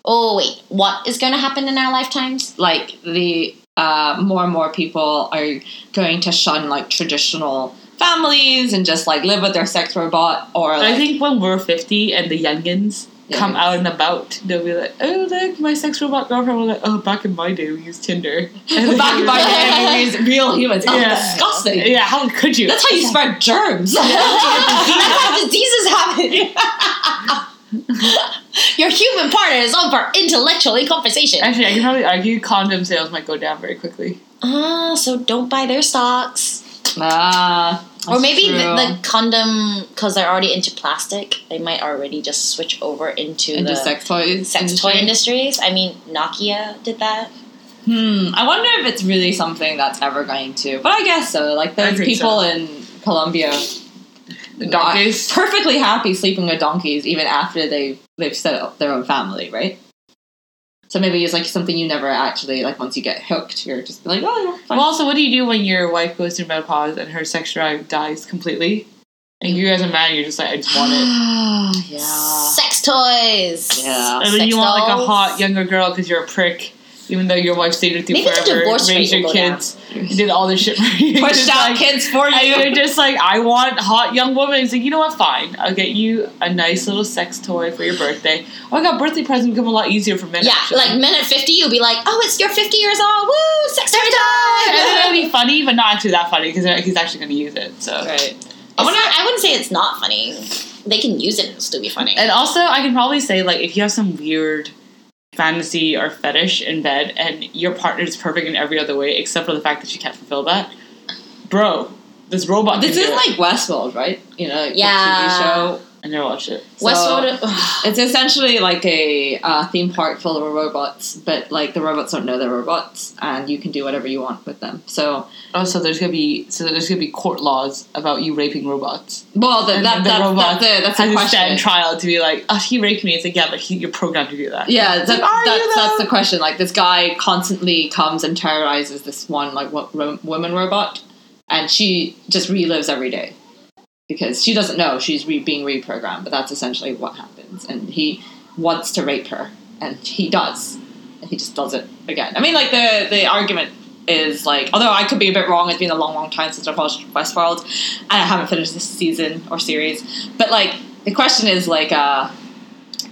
B: Oh wait, what is going to happen in our lifetimes?
A: Like the uh, more and more people are going to shun like traditional families and just like live with their sex robot or
C: But
A: like,
C: I think when we're 50 and the youngins come
A: Youngins.
C: out and about, they'll be like, oh, look, my sex robot girlfriend. We're like, oh, back in my day, we used Tinder. And
A: back in my day we
B: day,
A: used real humans. Oh,
C: Yeah.
A: disgusting.
C: Yeah, how could you?
A: That's how you spread germs.
B: That's how diseases happen. your human partner is on for intellectual conversation.
C: Actually, I can probably argue condom sales might go down very quickly.
B: Ah, so don't buy their stocks.
A: Ah,
B: or maybe the, the
A: that's
B: condom, because they're already into plastic, they might already just switch over into,
A: true. into
B: the
A: sex toys.
B: sex
A: industry.
B: toy industries. I mean, Nokia did that.
A: Hmm. I wonder if it's really something that's ever going to. But I guess so. Like
C: I
A: those
C: think
A: people
C: so.
A: in Colombia,
C: The donkeys.
A: are perfectly happy sleeping with donkeys even after they they've set up their own family, right? So maybe it's like something you never actually like. Once you get hooked, you're just like, oh, yeah, fine.
C: Well, also, what do you do when your wife goes through menopause and her sex drive dies completely? And you as a man, you're just like, I just want it.
A: yeah,
B: Sex toys.
A: Yeah.
C: And then you
B: Sex
C: want like a
B: dolls.
C: hot younger girl because you're a prick, even though your wife stayed with you
B: Maybe the
C: forever,
B: divorce
C: raised
B: rate
C: your
B: will go down.
C: kids, did all this shit for you.
A: pushed
C: Just
A: out
C: like-
A: kids for
C: And
A: you.
C: you're just like, I want hot young woman. It's like, you know what? Fine, I'll get you a nice little sex toy for your birthday. Oh my god, birthday presents become a lot easier for men.
B: Yeah,
C: actually.
B: like minute 50, you'll be like, oh, it's your 50 years old. Woo, sex toy time.
C: And then it'll be funny, but not actually that funny because he's actually going to use it. So.
A: Right.
B: I, wouldn't, I wouldn't say it's not funny. They can use it and it'll still be funny.
C: And also, I can probably say like if you have some weird fantasy or fetish in bed, and your partner is perfect in every other way except for the fact that she can't fulfill that, bro, this robot.
A: This
C: can
A: is
C: do it.
A: like Westworld, right? You know, like the
B: Yeah.
A: TV show.
C: I never watched it.
A: So-
B: Westworld.
A: It's essentially like a uh, theme park full of robots, but like the robots don't know they're robots, and you can do whatever you want with them. So,
C: Oh, so there's gonna be so there's gonna be court laws about you raping robots.
A: well, the,
C: And
A: that,
C: then the
A: that,
C: robot
A: that's a, that's
C: has
A: a
C: to stand
A: question.
C: trial to be like, oh, he raped me. It's like, yeah, but he, you're programmed to do that.
A: yeah, that,
C: It's like, are
A: that-
C: you
A: that's
C: though?
A: the question. Like this guy constantly comes and terrorizes this one like wo- ro- woman robot, and she just relives every day because she doesn't know she's re- being reprogrammed. But that's essentially what happens, and he wants to rape her, and he does, and he just does it again. I mean, like the the argument is like, although I could be a bit wrong. It's been a long, long time since I've watched Westworld, and I haven't finished this season or series. But like the question is like. uh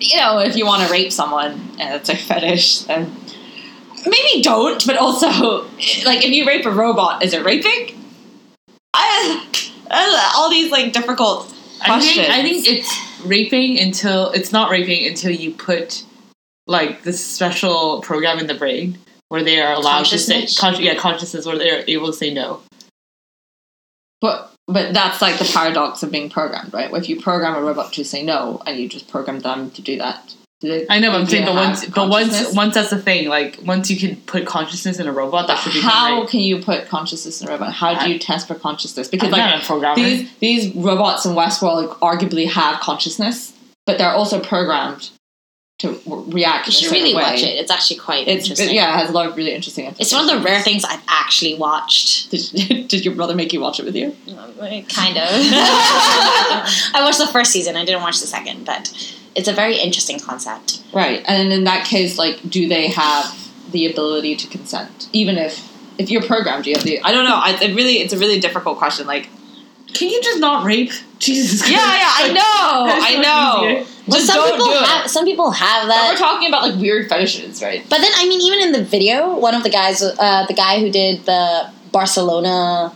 A: you know, if you want to rape someone and it's a fetish, then maybe don't. But also, like, if you rape a robot, is it raping? I, I- all these like difficult
C: I think,
A: questions.
C: I think it's raping until it's not raping until you put like this special program in the brain where they are allowed to say
B: Consciousness?
C: con- yeah consciousness where they are able to say no.
A: but but that's like the paradox of being programmed, right? If you program a robot to say no, and you just program them to do that. do they-
C: I know, but I'm
A: do
C: saying,
A: they
C: but
A: have
C: once, but once,
A: consciousness?
C: once that's the thing. Like once you can put consciousness in a robot, that should be
A: how can you put consciousness in a robot? How
C: I-
A: do you test for consciousness? Because
C: I'm
A: like
C: not a programmer.
A: these these robots in Westworld arguably have consciousness, but they're also programmed to w- react.
B: You
A: in a
B: should
A: certain
B: really
A: way.
B: watch it. It's actually quite
A: It's
B: interesting.
A: it- yeah, it has a lot of really interesting.
B: It's one of the rare things I've actually watched.
A: Did, did your brother make you watch it with you?
B: Kind of. I watched the first season. I didn't watch the second, but it's a very interesting concept.
A: Right, and in that case, like, do they have the ability to consent, even if if you're programmed? You have the. I don't know. I, it really, it's a really difficult question. Like,
C: can you just not rape? Jesus.
A: yeah, yeah, I
C: Like, that's so
A: know, I know.
C: easier.
B: Well,
A: Just
B: some
A: don't
B: people
A: do it.
B: have some people have
A: But
B: that.
A: we're talking about like weird fetishes, right?
B: But then, I mean, even in the video, one of the guys, uh, the guy who did the Barcelona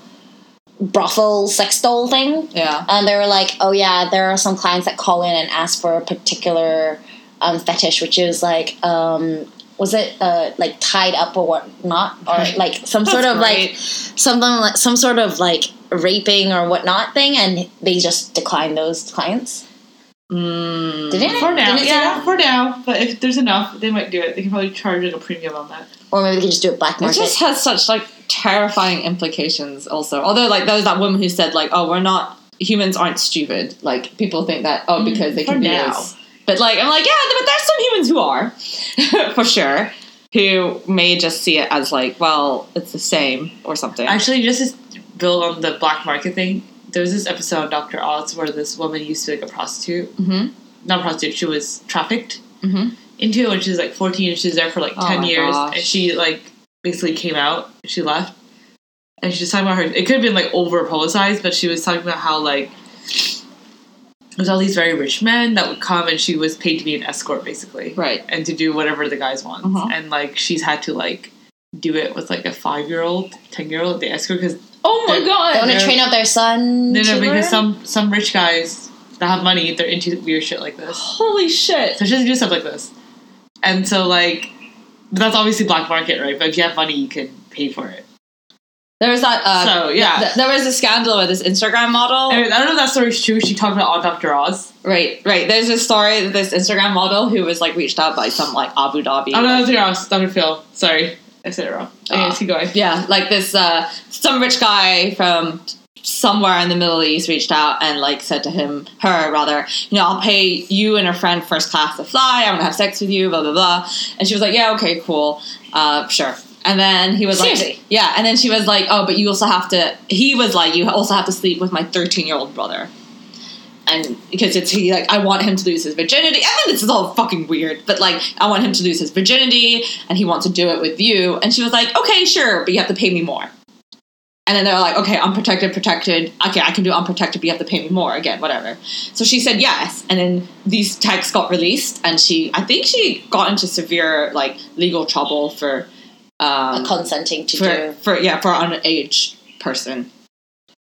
B: brothel sex doll thing,
A: Yeah.
B: and they were like, "Oh yeah, there are some clients that call in and ask for a particular um, fetish, which is like, um, was it uh, like tied up or whatnot, or like some sort
A: That's
B: of like
A: great.
B: something, like some sort of like raping or whatnot thing, and they just decline those clients."
A: Mm.
B: Didn't it?
C: For now,
B: Didn't it say
C: yeah,
B: that?
C: for now. But if there's enough, they might do it. They can probably charge like a premium on that.
B: Or maybe they could just do it black
A: It
B: market.
A: just has such like terrifying implications. Also, although like there was that woman who said like, "Oh, we're not humans aren't stupid. Like people think that oh because they
C: Mm, for
A: can be
C: now.
A: this. But like I'm like yeah, but there's some humans who are for sure who may just see it as like well it's the same or something.
C: Actually, just to build on the black market thing, there was this episode of Dr. Oz where this woman used to be like a prostitute.
A: Mhm.
C: Not a prostitute, she was trafficked
A: Mhm.
C: into when she was like 14 and she was there for like
A: Oh
C: 10
A: my
C: years.
A: gosh.
C: And she like basically came out, she left. And she was talking about her, it could have been like over publicized, but she was talking about how like there's all these very rich men that would come and she was paid to be an escort basically
A: right.
C: and to do whatever the guys want.
A: Mhm.
C: And like she's had to like do it with like a five year old, ten year old, the escort because
A: Oh my
C: They're-
B: They want
A: god.
B: to
C: They're-
B: train up their son.
C: no, no,
B: to
C: because
B: learn?
C: some some rich guys that have money they're into weird shit like this.
A: Holy shit.
C: So she doesn't do stuff like this, and so like but that's obviously black market, right? But if you have money, you can pay for it.
A: There was that. Uh,
C: so yeah.
A: th- there was a scandal with this Instagram model.
C: Anyway, I don't know if that story's true. She talked about on Dr. Oz.
A: Right, right. There's a story of this Instagram model who was like reached out by some like Abu Dhabi.
C: Oh, no, Dr. Oz. Dr. Phil. Sorry. I said it wrong. Anyways,
A: Ah.
C: keep going.
A: Yeah, like this uh, some rich guy from somewhere in the Middle East reached out and like said to him, her rather, you know, I'll pay you and a friend first class to fly. I want to have sex with you, blah blah blah. And she was like, yeah, okay, cool, uh, sure. And then he was like,
B: Seriously?
A: yeah. And then she was like, oh, but you also have to. He was like, you also have to sleep with my thirteen-year-old brother. And because it's he like I want him to lose his virginity. I mean, this is all fucking weird, but like I want him to lose his virginity, and he wants to do it with you. And she was like, okay, sure, but you have to pay me more. And then they're like, okay, unprotected, protected. Okay, I can do unprotected, but you have to pay me more again, whatever. So she said yes. And then these texts got released, and she, I think she got into severe like legal trouble for, um,
B: consenting to
A: for,
B: do.
A: for yeah, for an age person.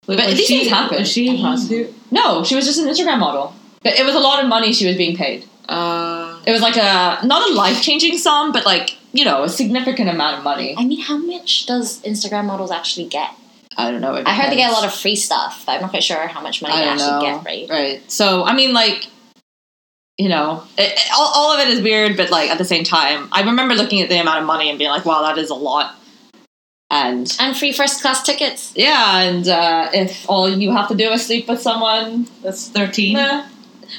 A: But
C: Was
A: these
C: she,
A: things happen.
C: Was she a prostitute?
A: no, she was just an Instagram model. But it was a lot of money she was being paid.
C: Uh,
A: It was like a not a life changing sum, but like you know a significant amount of money.
B: I mean, how much does Instagram models actually get?
A: I don't know.
B: I heard they get a lot of free stuff, but I'm not quite sure how much money
A: I
B: they
A: don't
B: actually
A: know.
B: get, right?
A: Right. So I mean, like, you know, it, it- all, all of it is weird, but like at the same time, I remember looking at the amount of money and being like, "Wow, that is a lot." And
B: And free first class tickets.
A: yeah, and uh, if all you have to do is sleep with someone,
C: that's 13.
A: meh.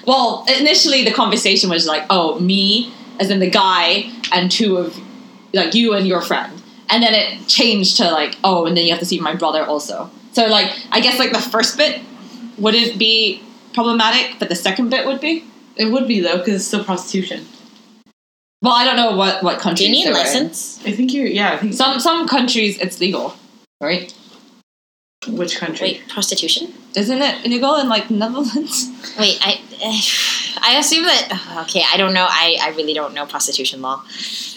A: well, initially the conversation was like, "Oh, me," as in the guy, and two of like you and your friend, and then it changed to like, "Oh, and then you have to see my brother also." So like, I guess like the first bit wouldn't be problematic, but the second bit would be.
C: It would be though, because it's still prostitution.
A: Well, I don't know what what
B: Do
A: countries.
B: you need a
A: they're in.
B: license?
C: I think you. Yeah, I think
A: Some some countries it's legal, right?
C: which country?
B: Wait, prostitution?
A: Isn't it illegal in like Netherlands?
B: Wait, I. I assume that. Okay, I don't know. I, I really don't know prostitution law.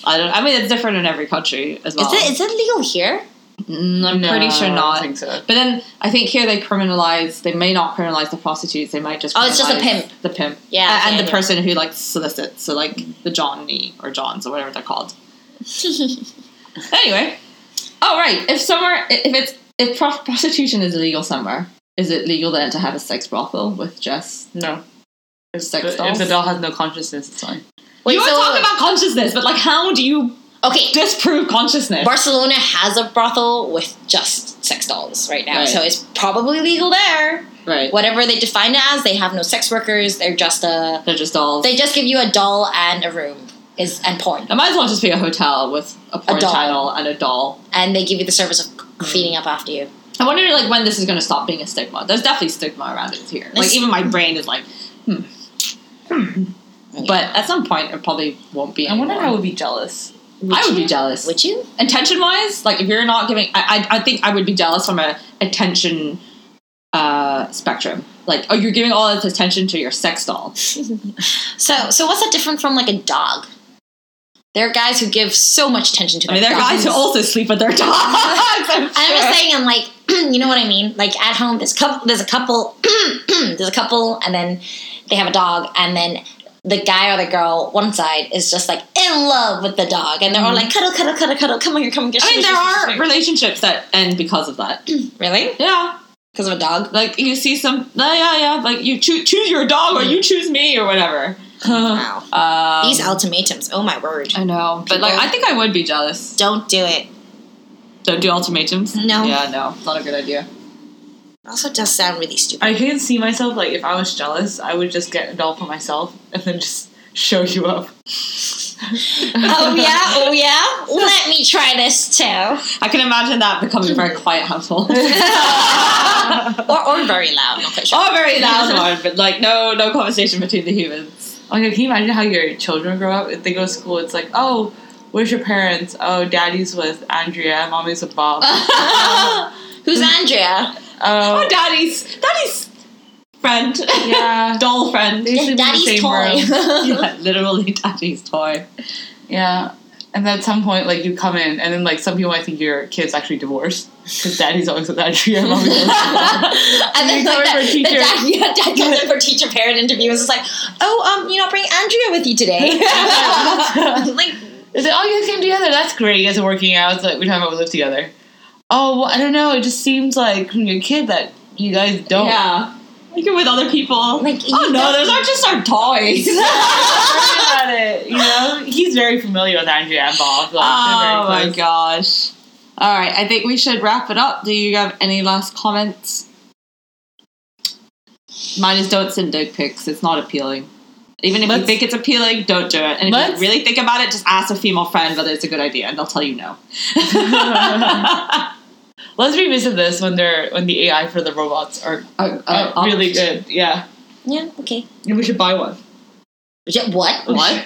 A: I don't. I mean, it's different in every country as well.
B: Is it is it legal here?
A: Mm, I'm pretty sure
C: I
A: not.
C: think so.
A: But then I think here they criminalize. They may not criminalize the prostitutes. They might just.
B: Oh, it's just the
A: criminalize
B: pimp.
A: The pimp.
B: Yeah,
A: A-
B: yeah,
A: and the
B: yeah.
A: person who like solicits. So like the Johnny or Johns or whatever they're called. Anyway, oh right. If somewhere, if it's if pro- prostitution is illegal somewhere, is it legal then to have a sex brothel with just?
C: No. If
A: Sex
C: the,
A: dolls?
C: if the doll has no consciousness, it's fine.
B: Wait,
A: you were
B: so-
A: talking about consciousness, but like, how do you
B: Okay,
A: disprove consciousness?
B: Barcelona has a brothel with just sex dolls right now,
A: Right.
B: so it's probably legal there.
A: right.
B: Whatever they define it as, they have no sex workers. They're just a.
A: They're just dolls.
B: They just give you a doll and a room is and porn,
A: it might as well just be a hotel with a porn
B: doll.
A: channel and a doll.
B: and they give you the service of cleaning up after you.
A: I wonder like when this is going to stop being a stigma. There's definitely stigma around it here. Like
B: This-
A: even my brain is like, hmm. Hmm. But at some point, it probably won't be.
C: I wonder if I
A: anymore.
C: would be jealous.
A: I would
B: you?
A: be jealous.
B: Would you?
A: Attention wise, like if you're not giving, I, I, I think I would be jealous from a attention uh, spectrum. Like, oh, you're giving all this attention to your sex doll.
B: So, so what's that different from like a dog? There are guys who give so much attention to.
A: I mean, there
B: their
A: are guys who
B: dogs.
A: also sleep with their dogs. I'm,
B: I'm
A: sure.
B: just saying, I'm like, you know what I mean? Like at home, there's couple, there's a couple, there's a couple, and then they have a dog, and then the guy or the girl, one side is just like in love with the dog, and they're all like cuddle, cuddle, cuddle, cuddle. Come on here, come on here.
A: I mean,
B: shimmy,
A: there
B: shimmy,
A: are
B: shimmy."
A: relationships that end because of that.
B: really
A: Yeah,
B: because of a dog.
A: like you see some. Yeah, yeah, yeah. Like you choose choose your dog or
C: Mm.
A: you choose me or whatever.
B: Wow,
A: Um,
B: these ultimatums. Oh my word!
A: I know, but like I think I would be jealous.
B: Don't do it.
A: Don't do ultimatums.
B: No.
A: Yeah, no, not a good idea.
B: It also does sound really stupid.
C: I can see myself like if I was jealous, I would just get a doll for myself and then just show you up.
B: oh yeah, oh yeah. Let me try this too.
A: I can imagine that becoming a very quiet household.
B: Or or very loud. Not quite sure.
A: or Oh, very loud one, but like no no conversation between the humans.
C: Like, can you imagine how your children grow up? If they go to school, it's like, oh, where's your parents? Oh, daddy's with Andrea, mommy's with Bob.
B: um, Who's Andrea?
A: Oh,
C: oh,
A: daddy's daddy's friend,
C: yeah.
A: doll friend.
C: They sleep in the
B: Daddy's
C: same
B: toy.
C: room.
A: yeah, literally daddy's toy.
C: Yeah. And then at some point, like, you come in, and then, like, some people might think your kid's actually divorced because daddy's always with Andrea, mommy's with Bob.
B: and then
C: You're
B: like
C: going
B: that,
C: for
B: the
C: teacher.
B: dad, yeah, dad comes in for teacher parent interview and is like, oh um, you're not bringing Andrea with you today. like
C: It's like, oh, you guys came together. That's great. You guys are working out. It's like, we're talking about we live together. Oh, well, I don't know. It just seems like when you're a kid that you guys don't.
A: Yeah. Like you're with other people.
B: Like,
A: oh
B: you
A: no,
B: don't-
A: those aren't just our toys.
C: Worry about it. You know, he's very familiar with Andrea and Bob. Like,
A: oh
C: they're very
A: my
C: close.
A: gosh. All right, I think we should wrap it up. Do you have any last comments? Mine is don't send dick pics. It's not appealing. Even if you
C: Let's-
A: think it's appealing, don't do it. And if
C: Let's-
A: you really think about it, just ask a female friend whether it's a good idea, and they'll tell you no.
C: Let's revisit this when they're when the AI for the robots are
A: Oh,
C: uh,
A: oh,
C: really good. Yeah,
B: Yeah, okay.
C: and we should buy one.
B: Yeah, what?
A: What?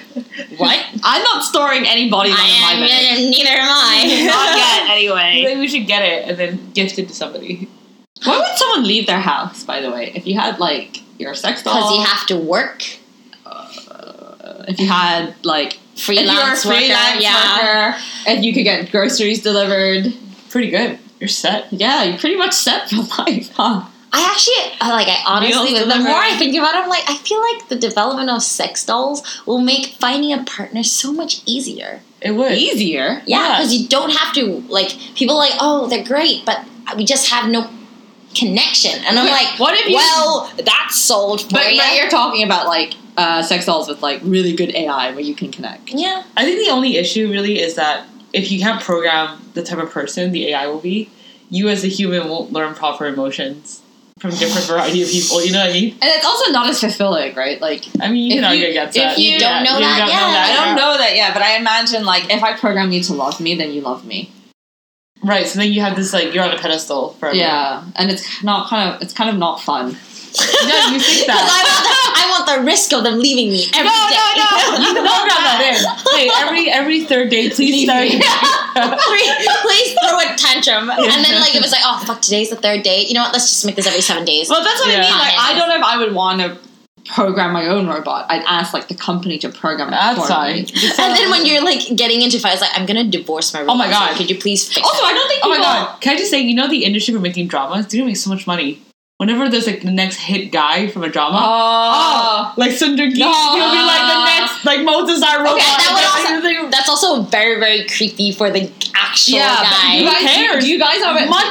B: What?
A: I'm not storing any bodies on my
B: I am,
A: bed.
B: yeah, yeah, neither am I.
A: Not yet, anyway.
C: Maybe we should get it and then gift it to somebody.
A: Why would someone leave their house, by the way? If you had, like, your sex doll.
B: Because you have to work.
A: if you had, like, if you were a
B: Freelance,
A: freelance
B: worker, yeah.
A: worker and you could get groceries delivered,
C: Pretty good. You're set.
A: yeah, you're pretty much set for life, huh?
B: I actually uh, like. I honestly,
A: Meals
B: the
A: delivered.
B: more I think about it, I'm like, I feel like the development of sex dolls will make finding a partner so much easier.
C: It would.
A: Easier.
B: Yeah,
C: Yeah.
B: because you don't have to like people are like, oh, they're great, but we just have no connection. And I'm
A: Yeah,
B: like,
A: what if you-
B: Well, that's sold for
A: But,
B: you.
A: but you're talking about, like, uh, sex dolls with, like, really good AI where you can connect.
B: yeah,
C: I think the only issue really is that if you can't program the type of person the AI will be, you as a human won't learn proper emotions from different variety of people. You know what I mean?
A: And it's also not as fulfilling, right? Like,
C: I mean, you
A: If
C: can
A: you-
C: argue against
A: if
C: that.
A: you
B: don't know that
C: don't
B: yet,
A: I
B: I
A: don't
C: yeah.
A: know that yet, but I imagine, like, if I program you to love me, then you love me.
C: Right. So then you have this like you're on a pedestal forever.
A: Yeah, and it's not kind of it's kind of not fun.
C: No, you
B: because
C: think that.
B: I, want the- I want the risk of them leaving me every day.
C: You can program that in. Hey, every every third day, please
A: Leave
C: start.
A: me.
B: Please- Please throw a tantrum. And then, like, it was like, oh, fuck, today's the third day. You know what? Let's just make this every seven days.
A: Well, that's what I
C: Yeah.
A: mean. Like, I don't know if I would want to program my own robot. I'd ask like the company to program it
C: That's
A: for
C: fine.
A: me.
B: and then when you're, like, getting into fights, like, I'm gonna divorce my
C: my
B: relationship.
C: God.
B: Could you please fix
A: Oh Also,
B: it?
A: I don't think.
C: Oh my
A: people-
C: god! Can I just say, you know, the industry for making dramas, they're gonna make so much money. Whenever there's like the next hit guy from a drama,
A: Oh.
C: like Sundar Geek,
A: No.
C: he'll be like the next like Mozart robot.
B: that would
C: And then you're
B: That's also very, very creepy for the actual
A: Yeah, but
B: guy.
A: you guys,
C: cares?
A: Do you guys know
C: like,
A: about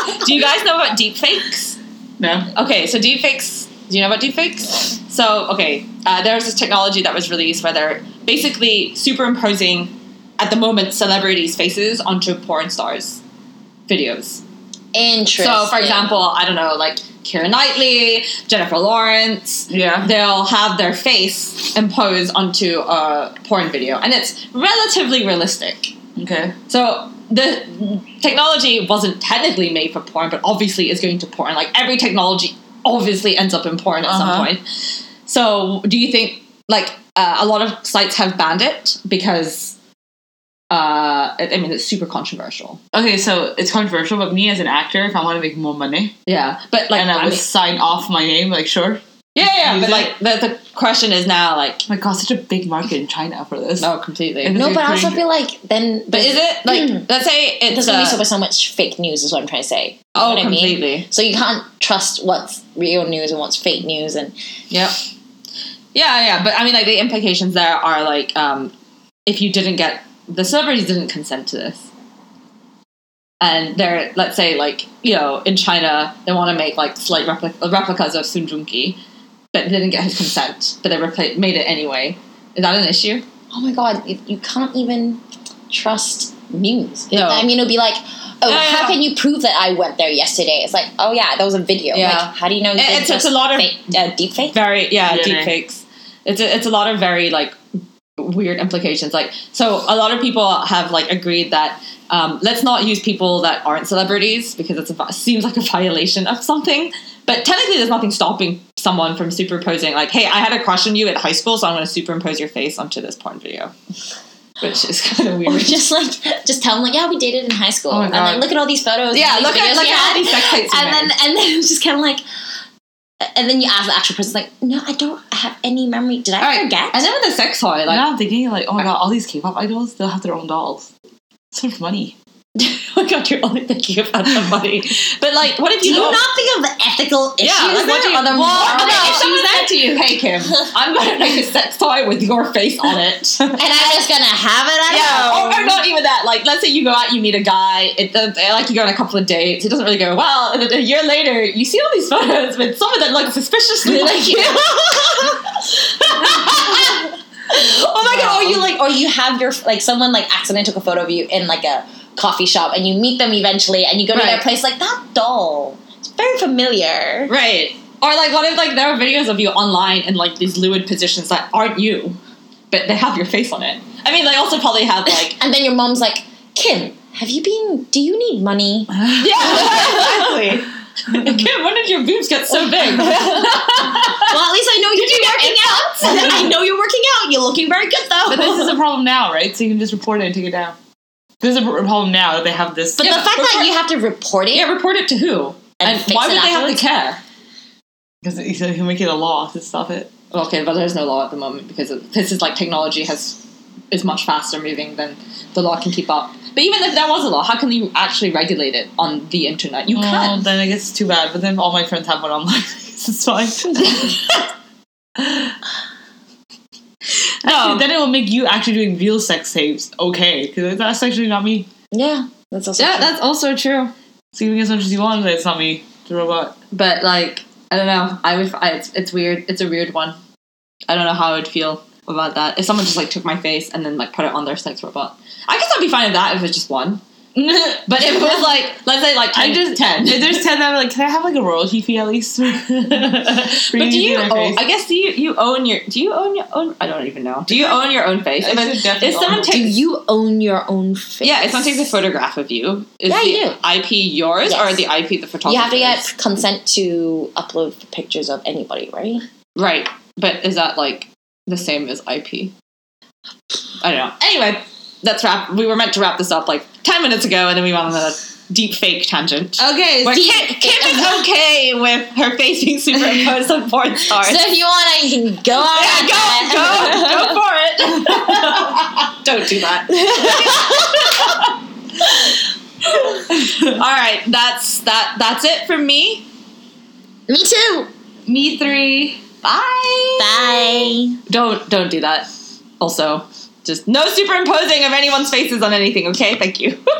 C: Monday.
A: Do you guys know about deepfakes?
C: no,
A: Okay, so deepfakes. Do you know about deepfakes? So, okay, uh, there's this technology that was released where they're basically superimposing, at the moment, celebrities' faces onto porn stars' videos.
B: Interesting.
A: So, for example, I don't know, like Kira Knightley, Jennifer Lawrence,
C: yeah,
A: they'll have their face imposed onto a porn video, and it's relatively realistic.
C: okay,
A: So the technology wasn't technically made for porn, but obviously is going to porn. Like every technology obviously ends up in porn at
C: Uh-huh.
A: some point. So do you think like uh, a lot of sites have banned it because uh, I I mean it's super controversial.
C: okay. So it's controversial, but me as an actor, if I want to make more money,
A: Yeah, but like
C: and I
A: I
C: would
A: mean-
C: sign off my name, like sure.
A: yeah, yeah,
C: use
A: but
C: it.
A: like the, the question is now like
C: my god, such a big market in China for this.
A: no completely.
C: And-
B: No, but I
C: Pretty-
B: also feel like then.
A: but is it like let's say
B: It
A: it's
B: doesn't Mm. be
A: uh,
B: so much, so much fake news, is what I'm trying to say. You know
A: oh
B: what I mean?
A: completely.
B: So you can't trust what's real news and what's fake news, and
A: Yep. Yeah, yeah, but I mean, like the implications there are like, um, if you didn't get the celebrities didn't consent to this, and they're let's say like you know in China they want to make like slight replic- replicas of Sun Junki, but they didn't get his consent, but they repla- made it anyway. Is that an issue?
B: oh my god, you, you can't even trust news.
A: No.
B: I mean, it'll be like, oh,
A: Yeah,
B: how
A: yeah.
B: can you prove that I went there yesterday? It's like, oh yeah, there was a video.
A: Yeah.
B: Like, how do you know? You
A: It-
B: didn't
A: it's- it's
B: just
A: a lot of-
B: fake, uh, deep fake.
A: very yeah
C: Yeah,
A: deepfakes.
C: no.
A: it's a, it's a lot of very like weird implications like so a lot of people have like agreed that um, let's not use people that aren't celebrities because it's a, vi- seems like a violation of something but technically there's nothing stopping someone from superimposing like hey i had a crush on you at high school so i'm going to superimpose your face onto this porn video which is kind of
B: Or
A: weird
B: just like, just tell them like, yeah, we dated in high school,
A: Oh my
B: and then
A: God.
B: look at all these photos.
A: yeah
B: and
A: look
B: these
A: at
B: videos
A: look
B: we
A: at all
B: had."
A: these sex tapes you
B: and
A: made.
B: then and then it's just kind of like, and then you ask the actual person like, no, I don't have any memory. Did I
A: All right,
B: forget?
A: and then with the sex toy like
C: now I'm thinking like, oh my god, all these K-pop idols they'll have their own dolls. So much money.
A: oh my god you're only thinking about the money but like what if
B: do
A: you
B: you
A: don't-
B: not think of the ethical issues?
A: Yeah, like what
B: there?
A: do you
B: Or the
A: well,
B: moral
A: no, if
B: issues
A: someone
B: there?
A: said to you, "Hey Kim, I'm gonna make a sex toy with your face on it."
B: And I'm just gonna have it. I
A: yeah,
B: don't
A: or, or
B: know.
A: not even that. Like, let's say you go out, you meet a guy. It does, like you go on a couple of dates. It doesn't really go well. And then a year later, you see all these photos with someone that looks suspiciously like you.
B: Oh my god! Or you like, or you have your like someone like accidentally took a photo of you in like a coffee shop, and you meet them eventually, and you go to their
A: Right.
B: place like that doll. It's very familiar.
A: right. Or like, what if like there are videos of you online in like these lewd positions that aren't you, but they have your face on it. I mean, they also probably have like
B: And then your mom's like, Kim, have you been? Do you need money?
A: yeah, exactly. Kim, when did your boobs get so big?
B: well, at least I know you're working out. I know you're working out. You're looking very good though.
C: But this is a problem now, right? So you can just report it and take it down. This is a pr- problem now that they have this.
B: But
A: Yeah,
B: the
A: but
B: fact that
A: report-
B: you have to report it
A: Yeah, report it to who?
B: and,
A: And,
B: fix
A: why
B: it
A: would they have to
B: afterwards-
A: care?
C: Because he said he'll make it a law to stop it.
A: Okay, but there's no law at the moment because it, this is like technology has is much faster moving than the law can keep up. But even if there was a law, how can you actually regulate it on the internet? You
C: Oh,
A: can't.
C: then I guess it's too bad. But then all my friends have one online. it's fine.
A: No.
C: Then it will make you actually doing real sex tapes okay. Because that's actually not me.
B: Yeah, that's also
A: yeah,
B: true.
A: that's also true.
C: So you can get as much as you want, but it's not me. The robot.
A: But like, I don't know. I would. I, it's it's weird. It's a weird one. I don't know how I would feel about that if someone just like took my face and then like put it on their sex robot. I guess I'd be fine with that if it's just one. But if it was like, let's say like 10,
C: I just
A: ten.
C: If there's ten, I'm like, can I have like a royalty fee at least? but
A: But do you? Own, I guess do you, you own your? Do you own your own? I don't even know. Do you own your own face?
C: I
A: If,
C: should
A: if
C: definitely own
A: someone
C: it.
A: takes,
B: Do you own your own face?
A: yeah, if someone takes a photograph of you, is
B: Yeah,
A: the
B: you do.
A: IP yours or
B: Yes.
A: the IP the photographer?
B: You have to get consent to upload the pictures of anybody, right?
A: right, but is that like the same as IP? I don't know. Anyway, that's wrap. We were meant to wrap this up like ten minutes ago, and then we went on a deep fake tangent.
B: Okay.
A: Where Kim, Kim is okay with her face being superimposed on porn stars.
B: So if you want, it, you can go on.
A: Yeah, go, go, go for it. Don't do that. All right, that's that. That's it from me.
B: Me too.
A: Me three. Bye.
B: Bye.
A: Don't don't do that. Also, just no superimposing of anyone's faces on anything. Okay, thank you.